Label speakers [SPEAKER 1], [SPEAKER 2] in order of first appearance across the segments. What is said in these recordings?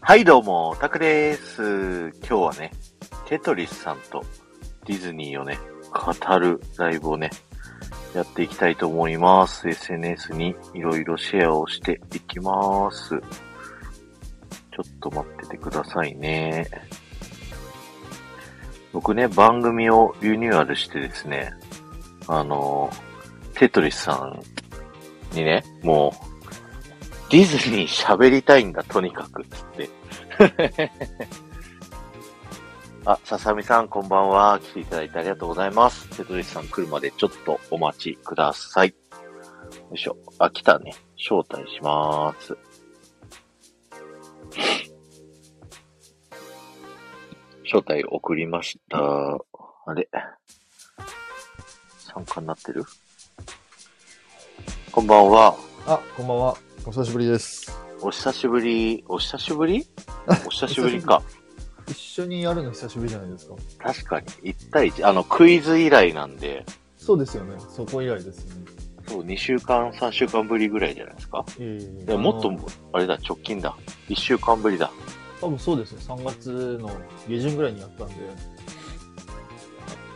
[SPEAKER 1] はい、どうも、タクです。今日はね、テトリスさんとディズニーをね、語るライブをね、やっていきたいと思います。SNS にいろいろシェアをしていきます。ちょっと待っててくださいね。僕ね、番組をリニューアルしてですね、あの、テトリスさんにね、もう、ディズニー喋りたいんだ、とにかく、つって。あ、ささみさん、こんばんは。来ていただいてありがとうございます。テトリスさん来るまでちょっとお待ちください。よいしょ。あ、来たね。招待します。招待送りました。あれ参加になってるこんばんは。
[SPEAKER 2] あ、こんばんは。お久しぶりです。
[SPEAKER 1] お久しぶり。お久しぶりお久しぶりか。
[SPEAKER 2] 一緒にやるの久しぶりじゃないですか。
[SPEAKER 1] 確かに。1対1。あの、クイズ以来なんで、
[SPEAKER 2] そうですよね。そこ以来ですよね。
[SPEAKER 1] そう、2週間、3週間ぶりぐらいじゃないですか。
[SPEAKER 2] ええ
[SPEAKER 1] いや、もっと、あれだ、直近だ。1週間ぶりだ。
[SPEAKER 2] 多分そうですね。3月の下旬ぐらいにやったんで。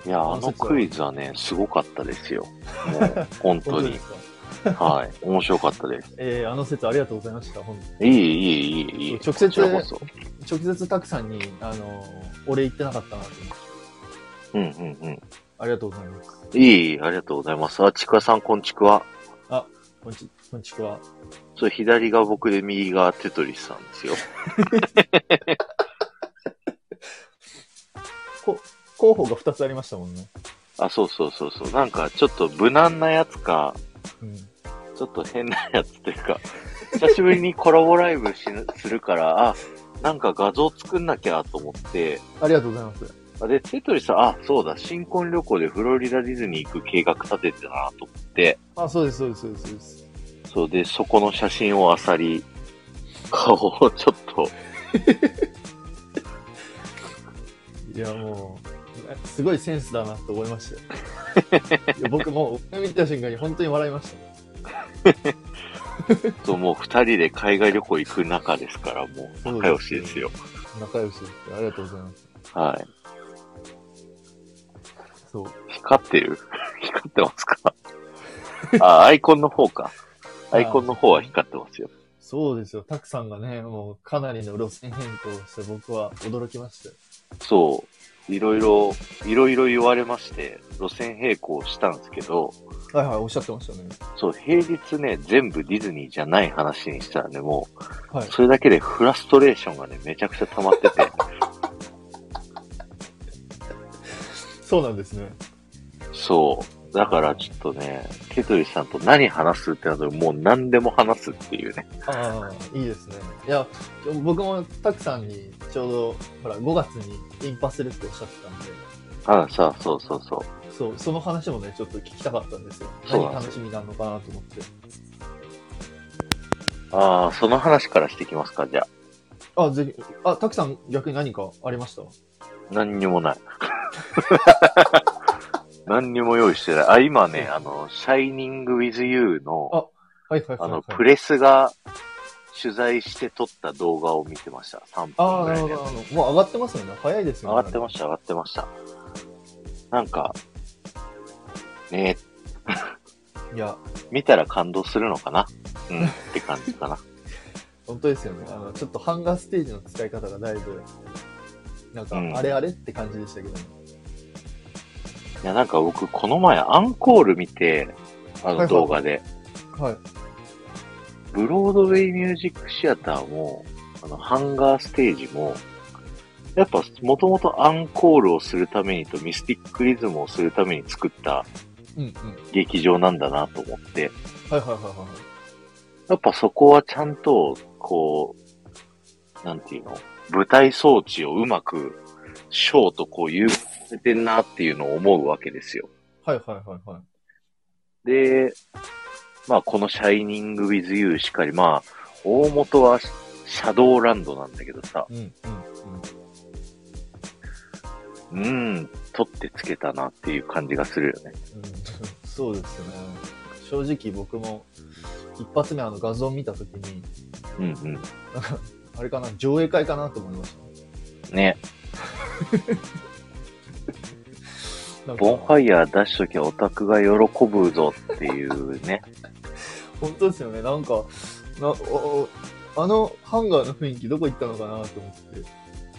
[SPEAKER 1] いや、あ
[SPEAKER 2] あそ
[SPEAKER 1] の
[SPEAKER 2] っか
[SPEAKER 1] クイズはね、すごかったですよ。も う、本当
[SPEAKER 2] で
[SPEAKER 1] に
[SPEAKER 2] す。か。
[SPEAKER 1] はい。面白かったです。
[SPEAKER 2] ええあの説ありがとうございました。本
[SPEAKER 1] いい、いい、いい、いい。
[SPEAKER 2] 直接
[SPEAKER 1] こちらこそ。
[SPEAKER 2] 当直接たくさんに、あの、お礼言ってなかったなと思って。
[SPEAKER 1] うん、うん、うん。
[SPEAKER 2] ありがとうございま
[SPEAKER 1] い
[SPEAKER 2] す。
[SPEAKER 1] い、いいありがとうございます。あ、ちくわさん、こんちくわ。
[SPEAKER 2] こんち、こんちくわ。
[SPEAKER 1] そう、左が僕で右がテトリスさんですよ。
[SPEAKER 2] こ、候補が2つありましたもんね。
[SPEAKER 1] あ、そうそうそうそう。なんか、ちょっと無難なやつか、
[SPEAKER 2] うん。
[SPEAKER 1] ちょっと変なやつというか、久しぶりにコラボライブしするから、あ、なんか画像作んなきゃと思って、
[SPEAKER 2] ありがとうございます。
[SPEAKER 1] あで、テトリさん、あ、そうだ、新婚旅行でフロリダディズニー行く計画立ててたなと思って、
[SPEAKER 2] あ、そうです、そうです、そうですそうです。
[SPEAKER 1] そうで、そこの写真を漁り、顔をちょっと、
[SPEAKER 2] いや、もう、すごいセンスだなと思いま したよ。いや僕もう、見た瞬間に本当に笑いました。
[SPEAKER 1] そうもう二人で海外旅行行く中ですから、もう仲良しですよ。
[SPEAKER 2] 仲良しです。ありがとうございます。
[SPEAKER 1] はい。
[SPEAKER 2] そう。
[SPEAKER 1] 光ってる 光ってますか あ、アイコンの方か。アイコンの方は光ってますよ。
[SPEAKER 2] そうですよ。たくさんがね、もうかなりの路線変更をして僕は驚きましたよ。
[SPEAKER 1] そう。いろいろ、いろいろ言われまして、路線並行したんですけど、
[SPEAKER 2] はいはい、おっしゃってましたね。
[SPEAKER 1] そう、平日ね、全部ディズニーじゃない話にしたらね、も
[SPEAKER 2] は
[SPEAKER 1] う、
[SPEAKER 2] い。
[SPEAKER 1] それだけでフラストレーションがね、めちゃくちゃ溜まってて、
[SPEAKER 2] そうなんですね。
[SPEAKER 1] そう。だからちょっとね、テトリスさんと何話すってなると、もう何でも話すっていうね。
[SPEAKER 2] ああ、いいですね。いや、僕もたくさんにちょうど、ほら、5月にインパするっておっしゃってたんで、
[SPEAKER 1] あらさ、そうそうそう。
[SPEAKER 2] そう、その話もね、ちょっと聞きたかったんですよ。
[SPEAKER 1] そう
[SPEAKER 2] 何
[SPEAKER 1] なんです
[SPEAKER 2] 楽しみなのかなと思って。
[SPEAKER 1] ああ、その話からしていきますか、じゃあ。
[SPEAKER 2] あ、ぜひ、あ、たくさん逆に何かありました
[SPEAKER 1] 何にも ない。何にも用意してない。あ、今ね、あの、シャイニング・ウィズ・ユーの、
[SPEAKER 2] はいはいはい、は
[SPEAKER 1] あ
[SPEAKER 2] い。
[SPEAKER 1] の、プレスが取材して撮った動画を見てました。3
[SPEAKER 2] あ
[SPEAKER 1] 分
[SPEAKER 2] あ、
[SPEAKER 1] ぐら
[SPEAKER 2] なる
[SPEAKER 1] い
[SPEAKER 2] ほ
[SPEAKER 1] で。
[SPEAKER 2] ど。あのもう上がってますよね。早いですよ
[SPEAKER 1] 上
[SPEAKER 2] ね。
[SPEAKER 1] がってました、上がってました。なんか、ね
[SPEAKER 2] いや、
[SPEAKER 1] 見たら感動するのかなうん、って感じ かな。
[SPEAKER 2] 本当ですよね。あの、ちょっとハンガーステージの使い方がだいぶ、なんか
[SPEAKER 1] うん、
[SPEAKER 2] あれあれって感じでしたけどね。
[SPEAKER 1] いや、なんか僕、この前、アンコール見て、あ
[SPEAKER 2] はいは
[SPEAKER 1] の
[SPEAKER 2] い
[SPEAKER 1] 動画で、
[SPEAKER 2] はい。
[SPEAKER 1] ブロードウェイミュージックシアターも、あの、ハンガーステージも、やっぱ、もともとアンコールをするためにとミスティックリズムをするために作った
[SPEAKER 2] うんうん。
[SPEAKER 1] 劇場なんだなと思って、
[SPEAKER 2] はいはいはいは
[SPEAKER 1] やっぱそこはちゃんと、こう、なんていうの、舞台装置をうまく、ショーとこう融合させてんなっていうのを思うわけですよ。
[SPEAKER 2] い。はいはいはいはい。
[SPEAKER 1] で、まあこのシャイニング・ウィズ・ユーしかり、まあ、大元はシャドーランドなんだけどさ、
[SPEAKER 2] うんうんうん。
[SPEAKER 1] うん、取ってつけたなっていう感じがするよね。
[SPEAKER 2] うん、そうですね。正直僕も、一発目あの画像を見たときに、
[SPEAKER 1] うんうん。
[SPEAKER 2] なんか、あれかな、上映会かなと思いまし
[SPEAKER 1] ね、
[SPEAKER 2] た。なんか
[SPEAKER 1] ボンファイヤー出しときゃオタクが喜ぶぞっていうね。
[SPEAKER 2] 本当ですよね。なんか、なおおあのハンガーの雰囲気どこ行ったのかなと思っ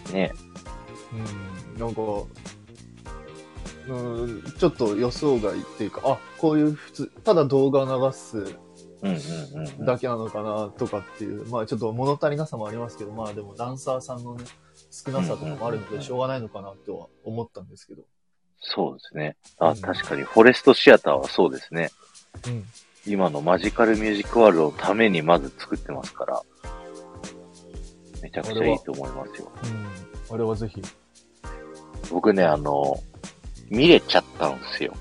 [SPEAKER 2] て。
[SPEAKER 1] ね、
[SPEAKER 2] うん、なんか、うん、ちょっと予想外っていうか、あ、こういう普通、ただ動画流す
[SPEAKER 1] うんうんうんうん。
[SPEAKER 2] だけなのかなとかっていう、まあちょっと物足りなさもありますけど、まあでもダンサーさんのね、少なさとかもあるので、しょうがないのかなとは思ったんですけど。
[SPEAKER 1] そうですね。
[SPEAKER 2] う
[SPEAKER 1] あ、
[SPEAKER 2] ん
[SPEAKER 1] 確かに、フォレストシアターはそうですね。
[SPEAKER 2] うん。
[SPEAKER 1] 今のマジカルミュージックワールドのためにまず作ってますから、めちゃくちゃいいと思いますよ。
[SPEAKER 2] うん。あれはぜひ。
[SPEAKER 1] 僕ね、あの、見れちゃったんですよ。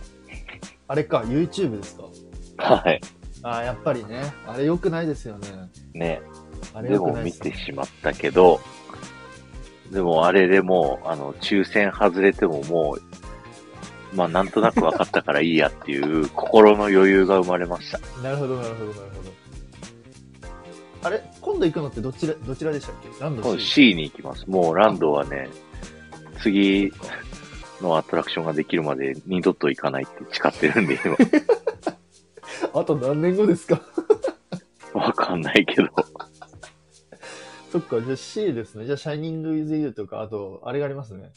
[SPEAKER 2] あれか、YouTube ですか
[SPEAKER 1] はい。
[SPEAKER 2] あーやっぱりね。あれ良くないですよね。
[SPEAKER 1] ね。
[SPEAKER 2] あれ
[SPEAKER 1] で
[SPEAKER 2] 良く
[SPEAKER 1] も
[SPEAKER 2] ない
[SPEAKER 1] 見
[SPEAKER 2] ですね
[SPEAKER 1] てしまったけど、でもあれでもう、あの、抽選外れてももう、まあなんとなく分かったからいいやっていう心の余裕が生まれました。
[SPEAKER 2] なるほど、なるほど、なるほど。あれ今度行くのってどちら、どちらでしたっけラン
[SPEAKER 1] 今
[SPEAKER 2] ド
[SPEAKER 1] 度 C に行きます。もうランドはね、次
[SPEAKER 2] か
[SPEAKER 1] のアトラクションができるまで二度と行かないって誓ってるんで、今。
[SPEAKER 2] あと何年後ですか
[SPEAKER 1] わかんないけど。
[SPEAKER 2] そっか、じゃあ C ですね。じゃあ、シャイニング・イズ・ユーとか、あと、あれがありますね。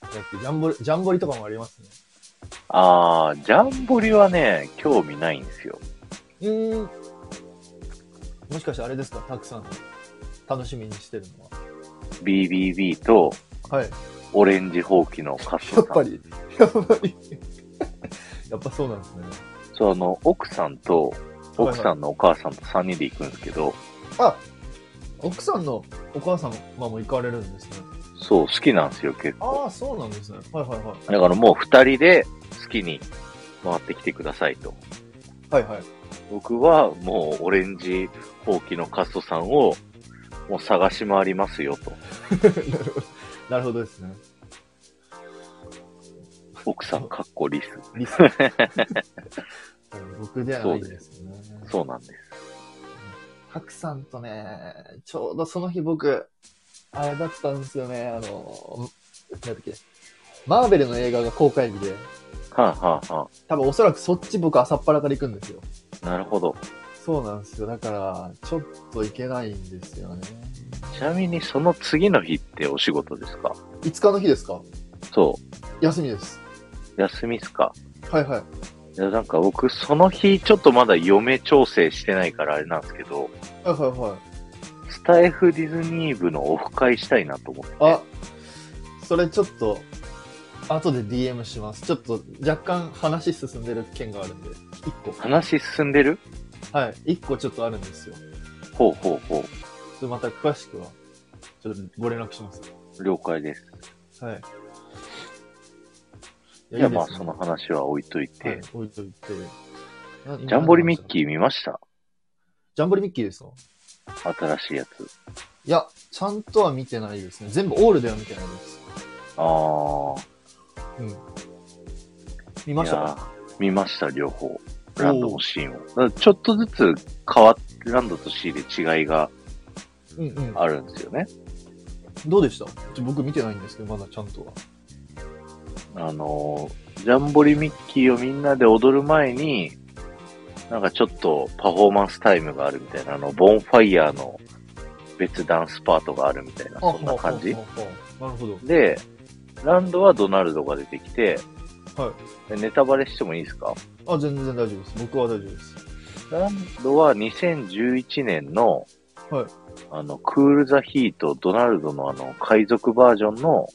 [SPEAKER 2] だっけジャンボリ、ジャンボリとかもありますね。
[SPEAKER 1] あー、ジャンボリはね、興味ないんですよ。
[SPEAKER 2] うーん。もしかしてあれですかたくさん楽しみにしてるのは。
[SPEAKER 1] BBB と
[SPEAKER 2] はい。
[SPEAKER 1] オレンジホウキのカット
[SPEAKER 2] やっ
[SPEAKER 1] さ
[SPEAKER 2] ぱ
[SPEAKER 1] ん。
[SPEAKER 2] り、 やっぱり。やっぱそうなんですね。
[SPEAKER 1] そう、あの、奥さんと、奥さ
[SPEAKER 2] ん。
[SPEAKER 1] んのお母さんと3人で行くんですけど、
[SPEAKER 2] あ奥さんのお母さんまあもう行かれるんですね。
[SPEAKER 1] そう、好きなんですよ、結構。
[SPEAKER 2] ああ、そうなんですね。はいはいはい。
[SPEAKER 1] だからもう2人で好きに回ってきてくださいと。
[SPEAKER 2] はいはい。
[SPEAKER 1] 僕はもうオレンジホウキのカットさんをもう探し回りますよと。
[SPEAKER 2] なるほど なるほどですね。
[SPEAKER 1] 奥さんかっこリス。
[SPEAKER 2] リスあの僕ではないですね。
[SPEAKER 1] そうなんです。
[SPEAKER 2] ハクさんとね、ちょうどその日僕、あれだったんですよね、あの、なんだっけ、マーベルの映画が公開日で、
[SPEAKER 1] はあ、はあは
[SPEAKER 2] 多分おそらくそっち僕朝っぱらから行くんですよ。
[SPEAKER 1] あ、なるほど。
[SPEAKER 2] そうなんですよ。だから、ちょっと行けないんですよね。
[SPEAKER 1] ちなみにその次の日ってお仕事ですか
[SPEAKER 2] 5日の日ですか
[SPEAKER 1] そ
[SPEAKER 2] 休みです。
[SPEAKER 1] う。休みっすか
[SPEAKER 2] はいはい。
[SPEAKER 1] いや、なんか僕その日ちょっとまだ嫁調整してないからあれなんですけど、
[SPEAKER 2] はいはいはい。
[SPEAKER 1] スタイフディズニー部のオフ会したいなと思って。
[SPEAKER 2] あ、それちょっと、後で DM します。ちょっと若干話進んでる件があるんで、一個。
[SPEAKER 1] 話進んでる
[SPEAKER 2] はい、一個ちょっとあるんですよ。ち
[SPEAKER 1] ほ
[SPEAKER 2] ょ
[SPEAKER 1] うほうほ
[SPEAKER 2] っとまた詳しくは、ちょっとご連絡します。
[SPEAKER 1] う。了解です。
[SPEAKER 2] はい。
[SPEAKER 1] いや、まあその話は置いといて。
[SPEAKER 2] はい、置いといて。
[SPEAKER 1] ジャンボリミッ
[SPEAKER 2] ー。
[SPEAKER 1] キー見ました
[SPEAKER 2] ジャンボリミッキーですか
[SPEAKER 1] 新しいやつ。
[SPEAKER 2] いや、ちゃんとは見てないですね。全部オールでは見てないです。
[SPEAKER 1] あー。
[SPEAKER 2] うん。見ました
[SPEAKER 1] いや
[SPEAKER 2] か
[SPEAKER 1] ー見ました、両方。ランドもシーンを。だからちょっとずつ変わって、ランドとシーで違いが
[SPEAKER 2] うんうん。
[SPEAKER 1] あるんですよね。
[SPEAKER 2] どうでしたちょ僕見てないんですけど、まだちゃんとは。
[SPEAKER 1] あのー、ジャンボリミッキーをみんなで踊る前に、なんかちょっとパフォーマンスタイムがあるみたいな、あの、ボンファイヤーの別ダンスパートがあるみたいな、そんな感じ
[SPEAKER 2] あ。ああああなるほど。
[SPEAKER 1] で、ランドはドナルドが出てきて、
[SPEAKER 2] は
[SPEAKER 1] でネタバレしてもいいですか
[SPEAKER 2] あ、全然大丈夫です。僕は大丈夫です。
[SPEAKER 1] ランドは2011年の、
[SPEAKER 2] はい
[SPEAKER 1] あの、クール・ザ・ヒート、ドナルドのあの、海賊バージョンの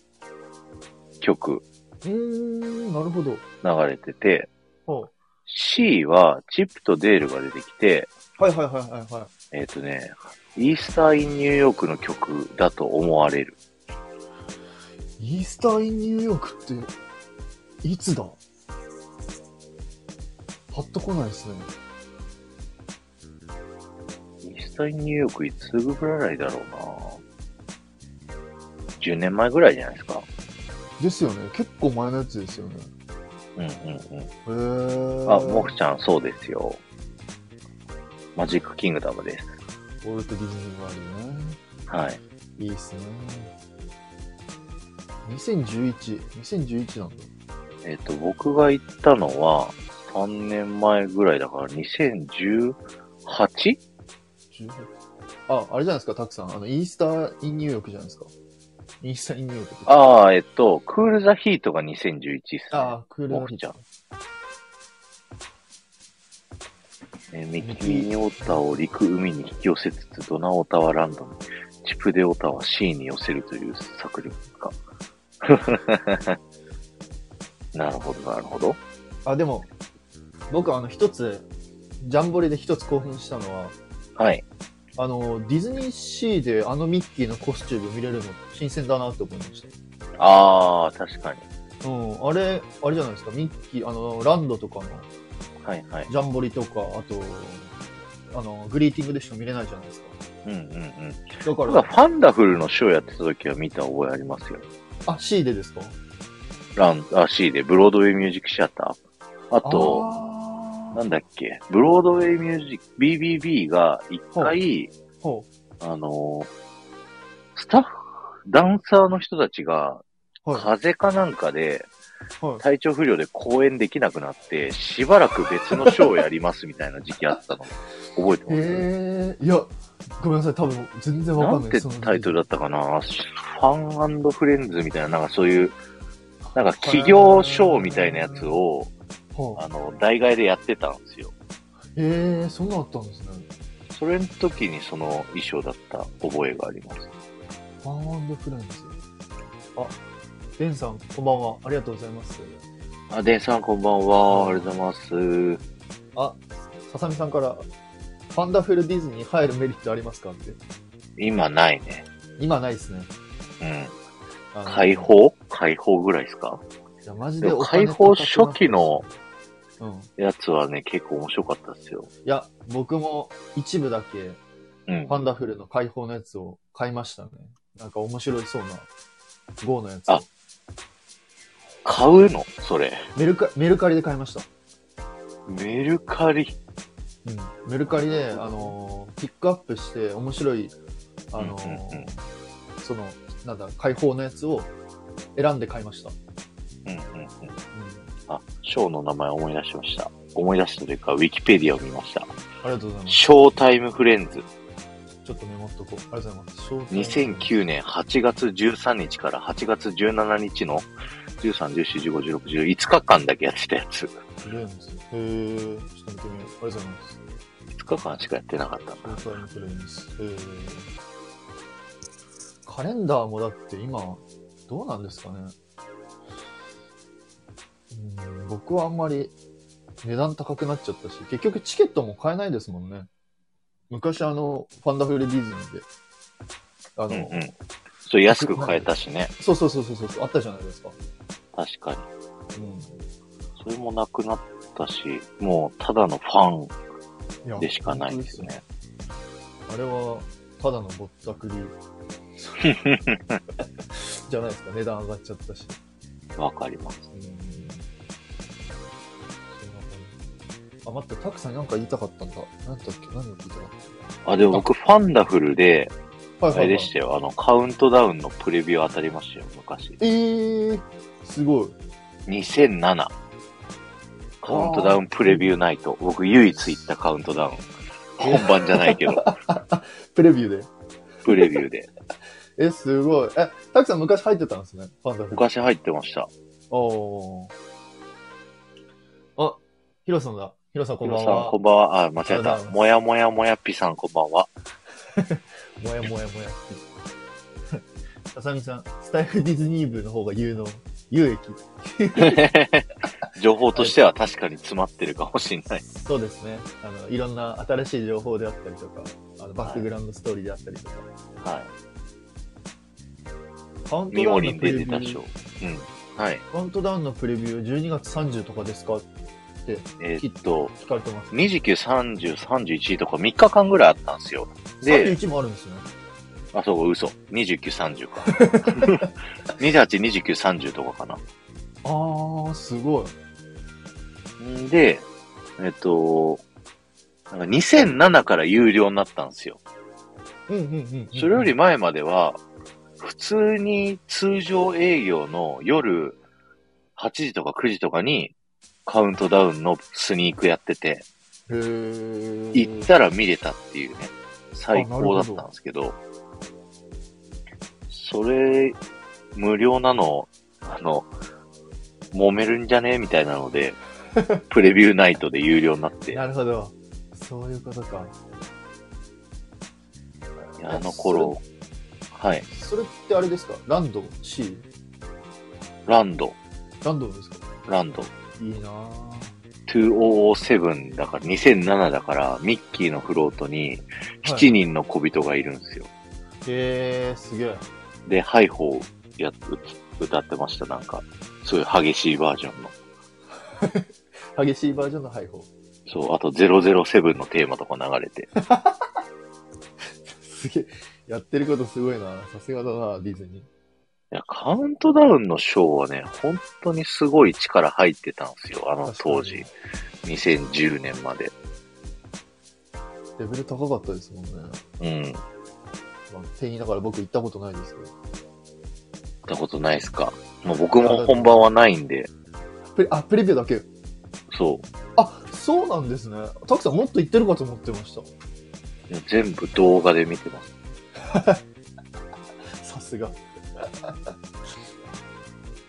[SPEAKER 1] 曲
[SPEAKER 2] うーん、なるほど。
[SPEAKER 1] 流れてて、
[SPEAKER 2] は
[SPEAKER 1] C はチップとデールが出てきて、
[SPEAKER 2] いはいはいはいは
[SPEAKER 1] えっ、とね、イースター・イン・ニューヨークの曲だと思われる。
[SPEAKER 2] い。イースター・イン・ニューヨークって、いつだパッと来ないですね。
[SPEAKER 1] イースター・イン・ニューヨークいつぐらいだろうな10年前ぐらいじゃないですか。
[SPEAKER 2] ですよね。結構前のやつですよね。
[SPEAKER 1] うんうんうん。
[SPEAKER 2] へー。
[SPEAKER 1] あ、モフちゃん、そうですよ。マジック・キングダムです。
[SPEAKER 2] ウォルト・ディズニー・ワールドね。
[SPEAKER 1] はい。
[SPEAKER 2] いいっすね。2011、2011なんだ。
[SPEAKER 1] えっ、と、僕が行ったのは3年前ぐらいだから 2018?
[SPEAKER 2] 18あ、あれじゃないですか、たくさん。あの、イースター・イン・ニューヨークじゃないですか。イースター・イン・ニューヨークって。
[SPEAKER 1] ああ、えっと、クールザヒートが2011っすね。
[SPEAKER 2] あー、クール
[SPEAKER 1] 僕ちゃんえー右にオタを陸海に引き寄せつつ、ドナオタはランドに、チプデオタはシーに寄せるという策略か。 なるほど、なるほど。
[SPEAKER 2] あ、でも、僕、あの、一つ、ジャンボリで一つ興奮したのは、
[SPEAKER 1] はい。
[SPEAKER 2] あの、ディズニーシーであのミッキーのコスチューム見れるの新鮮だなって思いまし
[SPEAKER 1] ああ、確かに。
[SPEAKER 2] た。うん、あれ、あれじゃないですか、ミッキー、あの、ランドとかの
[SPEAKER 1] はいはい。
[SPEAKER 2] ジャンボリとか、あと、あの、グリーティングでしか見れないじゃないですか。
[SPEAKER 1] うんうんうん。
[SPEAKER 2] だか
[SPEAKER 1] 僕は
[SPEAKER 2] ら、
[SPEAKER 1] ファンダフルのショーやってた時は見た覚えありますよ。
[SPEAKER 2] あ、C でですか
[SPEAKER 1] ラン、あ、C で、ブロードウェイミュージックシアター。あと、
[SPEAKER 2] あ
[SPEAKER 1] な
[SPEAKER 2] ー
[SPEAKER 1] んだっけ、ブロードウェイミュージック、BBB が一回、
[SPEAKER 2] ほ
[SPEAKER 1] あのースタッフ、ダンサーの人たちが、
[SPEAKER 2] う。はい。
[SPEAKER 1] 風邪かなんかで、
[SPEAKER 2] はい
[SPEAKER 1] 体調不良で公演できなくなって、しばらく別のショーをやりますみたいな時期あ ったの、覚えてます、
[SPEAKER 2] えー、いや、ごめんなさい、多分全然わか
[SPEAKER 1] なん
[SPEAKER 2] ない
[SPEAKER 1] んてタイトルだったかなファンフレンズみたいな、なんかそういう、なんか企業ショーみたいなやつを、
[SPEAKER 2] は
[SPEAKER 1] あの、代替えでやってたんですよ。
[SPEAKER 2] い、えー、そんなのあったんですね。
[SPEAKER 1] それの時にその衣装だった覚えがあります。
[SPEAKER 2] ファンフレンズ。あ、デンさん、こんばんは。ありがとうございます。
[SPEAKER 1] あ、デンさんこんばんは。ありがとうございます。
[SPEAKER 2] あ、ささみさんから、ファンダフルディズニーに入るメリットありますかって。
[SPEAKER 1] 今ないね。
[SPEAKER 2] 今ないですね。
[SPEAKER 1] うん。
[SPEAKER 2] あの
[SPEAKER 1] 解放解放ぐらいですか
[SPEAKER 2] いや、マジ
[SPEAKER 1] で
[SPEAKER 2] で
[SPEAKER 1] も
[SPEAKER 2] お金
[SPEAKER 1] 解
[SPEAKER 2] 高くな
[SPEAKER 1] 放
[SPEAKER 2] ってます
[SPEAKER 1] 初期の
[SPEAKER 2] うん。い
[SPEAKER 1] やつはね、結構面白かったですよ。
[SPEAKER 2] や、僕も一部だけ、
[SPEAKER 1] うん
[SPEAKER 2] フ。ァンダフルの解放のやつを買いましたね。なんか面白いそうな、GO のやつ。
[SPEAKER 1] あ買うのそれ。
[SPEAKER 2] メルカ、メルカリで買いました。
[SPEAKER 1] メルカリ。
[SPEAKER 2] うん、メルカリで、あのーピックアップして面白い、あのー
[SPEAKER 1] うんうんうん
[SPEAKER 2] そのなんだ解放のやつを選んで買いました、
[SPEAKER 1] うんうんうん。
[SPEAKER 2] うん、
[SPEAKER 1] あ、ショーの名前思い出しました。思い出したというか、ウィキペディアを見ました。
[SPEAKER 2] ありがとうございます
[SPEAKER 1] ショータイムフレンズ。
[SPEAKER 2] ちょっとメモっとこうありがとうございますショータイム
[SPEAKER 1] 2009年8月13日から8月17日の13、14、15、16、15 5日間だけやってたやつ。
[SPEAKER 2] フレンズへーちょっと見てみようありがとうございます
[SPEAKER 1] 5日間しかやってなかったんだ。
[SPEAKER 2] ショータイムフレンズへーカレンダーもだって今どうなんですかねうん僕はあんまり値段高くなっちゃったし、結局チケットも買えないですもんね。昔あの、ファンダフルディズニーで、あの、
[SPEAKER 1] うんうん。それ安く買えたしね。
[SPEAKER 2] そうそうそうそうそう、あったじゃないですか。
[SPEAKER 1] 確かに。
[SPEAKER 2] うん。
[SPEAKER 1] それもなくなったし、もうただのファ
[SPEAKER 2] いや
[SPEAKER 1] ンでしかないです。ね。
[SPEAKER 2] 本当ですよあれは、ただのぼった くり。じゃないですか、値段上がっちゃったし。
[SPEAKER 1] わかります。
[SPEAKER 2] うんそんな感じあ、待って、たくさんなんか言いたかったんだ。なんだっけ何を言いたかっ
[SPEAKER 1] あ、でも僕ファンダフルで、
[SPEAKER 2] た
[SPEAKER 1] あれでしたよ。あの、カウントダウンのプレビュー当たりましたよ、昔。
[SPEAKER 2] えー、すごい。
[SPEAKER 1] 2007。カウントダウンプレビューナイト。僕唯一行ったカウントダウン。本番じゃないけ ど、
[SPEAKER 2] プレビューで。
[SPEAKER 1] プレビューで。
[SPEAKER 2] え、すごい。え、たくさん昔入ってたんですね。ファンタジー。
[SPEAKER 1] 昔入ってました。
[SPEAKER 2] おー。あ、ヒロさんだ。ヒロさんこ
[SPEAKER 1] ヒ
[SPEAKER 2] んば
[SPEAKER 1] ロ
[SPEAKER 2] ん
[SPEAKER 1] さん、
[SPEAKER 2] は
[SPEAKER 1] こ。んばんは。あ、間違
[SPEAKER 2] あり
[SPEAKER 1] え
[SPEAKER 2] がとうござい
[SPEAKER 1] た
[SPEAKER 2] ま。す
[SPEAKER 1] もやもやもやっぴさん、こんばんは。
[SPEAKER 2] もやもやもやって。 ささみさん、スタイルディズニー部の方が有能。有益。
[SPEAKER 1] 情報としては確かに詰まってるかもしれない。
[SPEAKER 2] そうですね。あの、いろんな新しい情報であったりとか、あのバックグラウンドストーリーであったりとか。
[SPEAKER 1] は
[SPEAKER 2] カウン
[SPEAKER 1] い。
[SPEAKER 2] ト
[SPEAKER 1] ミ
[SPEAKER 2] ダウ
[SPEAKER 1] モ
[SPEAKER 2] ン
[SPEAKER 1] リ
[SPEAKER 2] の
[SPEAKER 1] ン
[SPEAKER 2] プレ
[SPEAKER 1] で
[SPEAKER 2] ビ
[SPEAKER 1] 出
[SPEAKER 2] ュ
[SPEAKER 1] た
[SPEAKER 2] ー
[SPEAKER 1] ショー。うん。はい。
[SPEAKER 2] カウントダウンのプレビュー12月30とかですかって
[SPEAKER 1] えーっと、
[SPEAKER 2] 聞かれてます。
[SPEAKER 1] 29、30、31とか3日間ぐらいあったんですよ。で、
[SPEAKER 2] 31もあるんですね。
[SPEAKER 1] あ、そうか、嘘。29、30か。28、29、30とかか
[SPEAKER 2] あー、すごい。
[SPEAKER 1] な。んで、えっと、なんか2007から有料になったんですよ。
[SPEAKER 2] うんうんうんうん。
[SPEAKER 1] それより前までは、普通に通常営業の夜8時とか9時とかにカウントダウンのスニークやってて、
[SPEAKER 2] へー
[SPEAKER 1] 行ったら見れたっていうね、最高だったんですけど、それ、無料なの、あの、揉めるんじゃねみたいなの で、プレビューナイトで有料になって、
[SPEAKER 2] なるほど。そういうことか。
[SPEAKER 1] いやあの頃、はい、
[SPEAKER 2] それってあれですかランド ?C?
[SPEAKER 1] ランド、
[SPEAKER 2] ランドですか
[SPEAKER 1] ランド、
[SPEAKER 2] いいなぁ。
[SPEAKER 1] 2007だから、2007だから、ミッキーのフロートに7人の小人がいるんですよ。
[SPEAKER 2] へえー、すげえ。
[SPEAKER 1] で、ハイホーやっ歌ってました、なんか。そういう激しいバージョンの。
[SPEAKER 2] 激しいバージョンの配報。
[SPEAKER 1] そう、あと007のテーマとか流れて。
[SPEAKER 2] すげえ。やってることすごいなさすがだなディズニ
[SPEAKER 1] いや、カウントダウンのショーはね、本当にすごい力入ってたんですよ、あの当時。2010年まで。
[SPEAKER 2] ー。レベル高かったですもんね。まあ、
[SPEAKER 1] うん。行
[SPEAKER 2] 店員だから僕行ったことないですけど。
[SPEAKER 1] ったことないですか。まあ、僕も本番はないんで、
[SPEAKER 2] プレあ、プレビューだけ。
[SPEAKER 1] そう。
[SPEAKER 2] あ、そうなんですね。たくさんもっと行ってるかと思ってました。
[SPEAKER 1] 全部動画で見てます。
[SPEAKER 2] さすが。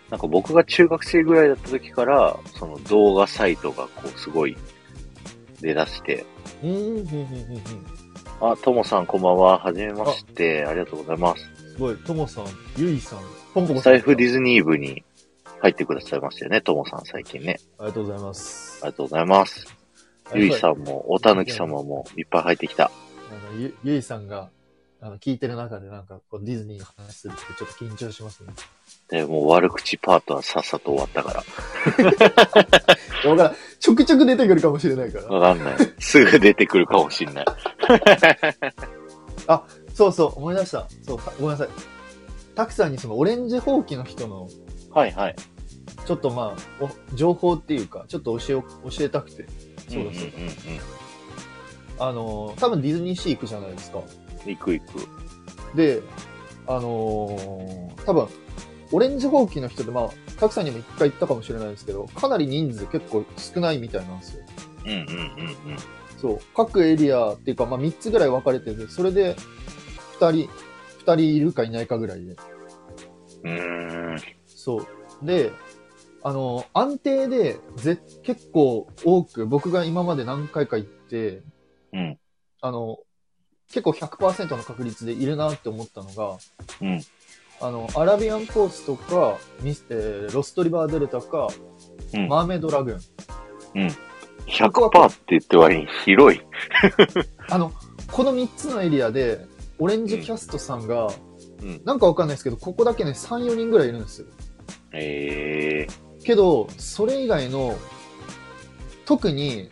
[SPEAKER 1] なんか僕が中学生ぐらいだった時から、その動画サイトがこうすごい出だして、
[SPEAKER 2] うん、うん、うん、うん。
[SPEAKER 1] あ、ともさんこんばんは。はじめまして。ありがとうございます。
[SPEAKER 2] すごい。ともさん、ゆいさん、ポンポコさん。
[SPEAKER 1] 財布ディズニー部に入ってくださいましたよね。ともさん最近ね。
[SPEAKER 2] ありがとうございます
[SPEAKER 1] あ。りがとうございます。ゆいさんも、おたぬき様もいっぱい入ってきた。
[SPEAKER 2] あのゆゆいさんがあの聞いてる中でなんかこうディズニーの話するってちょっと緊張しますね。
[SPEAKER 1] で、もう悪口パートはさっさと終わったか
[SPEAKER 2] だからん、ちょくちょく出てくるかもしれないから
[SPEAKER 1] ら。。わか んない。すぐ出てくるかもしんない。
[SPEAKER 2] そうそう、思い出した。そう、たごめんなさい。たくさんにそのオレンジほうきの人の、
[SPEAKER 1] はいはい。
[SPEAKER 2] ちょっとまあ、お情報っていうか、ちょっと教えを、教えたくて。そうだそうだ。
[SPEAKER 1] んんうん
[SPEAKER 2] あのー、多分ディズニーシー行くじゃないですか。
[SPEAKER 1] うん。いくいく。
[SPEAKER 2] で、あのー、多分、オレンジほうきの人で、まあ、たくさんにも一回行ったかもしれないですけど、かなり人数結構少ないみたいなんですよ。
[SPEAKER 1] うんうんうんうん。
[SPEAKER 2] そう、各エリアっていうか、まあ、3つぐらい分かれてて、それで、2人、2人いるかいないかぐらいで。
[SPEAKER 1] うーん。
[SPEAKER 2] そう。で、あの、安定で、ぜ、結構多く、僕が今まで何回か行って、
[SPEAKER 1] うん。
[SPEAKER 2] あの、結構100%の確率でいるなって思ったのが、
[SPEAKER 1] うん。
[SPEAKER 2] あの、アラビアンコースとか、ミス、えーロストリバーデルタか、
[SPEAKER 1] うん
[SPEAKER 2] マーメイドラグーン。
[SPEAKER 1] 100%って言って割に広い。
[SPEAKER 2] あの、この3つのエリアで、オレンジキャストさんが、
[SPEAKER 1] うん
[SPEAKER 2] なんかわかんないですけど、ここだけね、3、4人ぐらいいるんですよ。
[SPEAKER 1] え
[SPEAKER 2] けど、それ以外の、特に、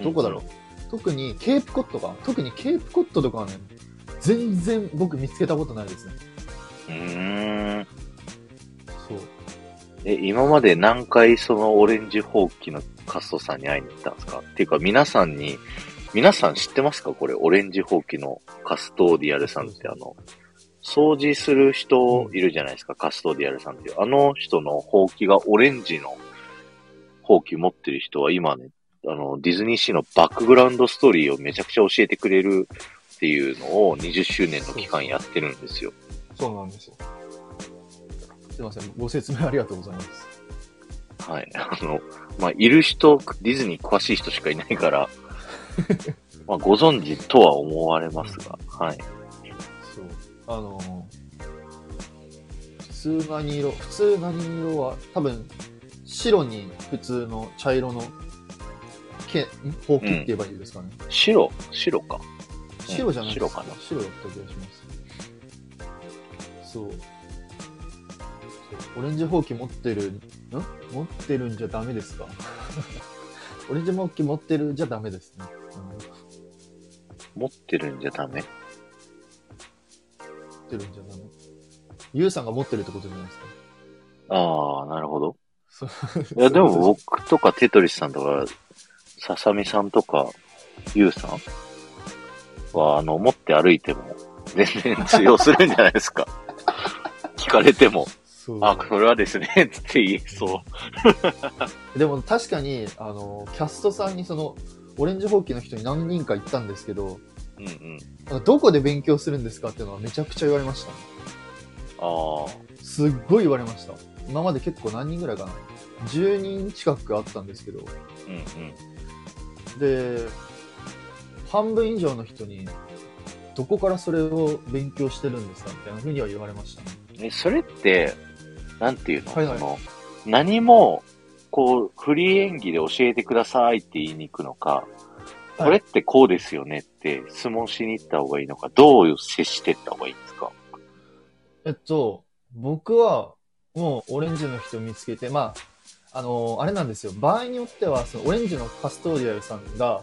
[SPEAKER 1] ー。
[SPEAKER 2] どこだろう、特にケープコットか特にケープコットとかはね全然僕見つけたことないですね
[SPEAKER 1] うーん。
[SPEAKER 2] そう
[SPEAKER 1] え、今まで何回そのオレンジホーキのカストさんに会いに行ったんですかっていうか皆さんに、皆さん知ってますかこれ、オレンジホーキのカストーディアルさんってあの、掃除する人いるじゃないですか、カストーディアルさんっていう。あの人のホーキがオレンジのホーキ持ってる人は今ね、あの、ディズニーシーのバックグラウンドストーリーをめちゃくちゃ教えてくれるっていうのを20周年の期間やってるんですよ。
[SPEAKER 2] そうなんですよすいませんご説明ありがとうございます
[SPEAKER 1] はい。 あの、まあ、いる人、ディズニー詳しい人しかいない から、まあ、ご存知とは思われますが、はい。
[SPEAKER 2] そうあのー普通何色普通何色は多分白に普通の茶色のけんほうきって言えばいいですかね、
[SPEAKER 1] 白、白か。
[SPEAKER 2] 白じゃないです
[SPEAKER 1] うん白かな
[SPEAKER 2] 白だった気がしますそうそうオレンジほうき持ってるん持ってるんじゃダメです かオレンジほうき持ってるじゃダメですね、うん持
[SPEAKER 1] 持ってるんじゃダメ。
[SPEAKER 2] ってるんじゃダメゆうさんが持ってるってことじゃないですか
[SPEAKER 1] ああ、なるほど。
[SPEAKER 2] そう
[SPEAKER 1] いや、でも僕とかテトリスさんとか、ささみさんとか、ゆうさんは、あの、持って歩いても、全然通用するんじゃないですか。 かれても、
[SPEAKER 2] そう
[SPEAKER 1] あ、それはですね、つって言えそ
[SPEAKER 2] でも確かに、あの、キャストさんにその、オレンジホーキーの人に何人か言ったんですけど、
[SPEAKER 1] う。うんうん。
[SPEAKER 2] なんかどこで勉強するんですかっていうのはめちゃくちゃ言われましたね。
[SPEAKER 1] あ
[SPEAKER 2] すっごい言われました。今まで結構何人ぐらいかな。10人近くあったんですけど、
[SPEAKER 1] あ、うんうん。
[SPEAKER 2] で、半分以上の人に、どこからそれを勉強してるんですかみたいなふうには言われましたね。
[SPEAKER 1] ね、それって、なんていうの,、
[SPEAKER 2] はいはい
[SPEAKER 1] その何も、こう、フリー演技で教えてくださいって言いに行くのか、
[SPEAKER 2] はい
[SPEAKER 1] これってこうですよねって質問しに行った方がいいのか、どう接してった方がいいんですか
[SPEAKER 2] えっと、僕は、もう、オレンジの人見つけて、まあ、あのあれなんですよ。場合によっては、その、オレンジのカストーディアルさんが、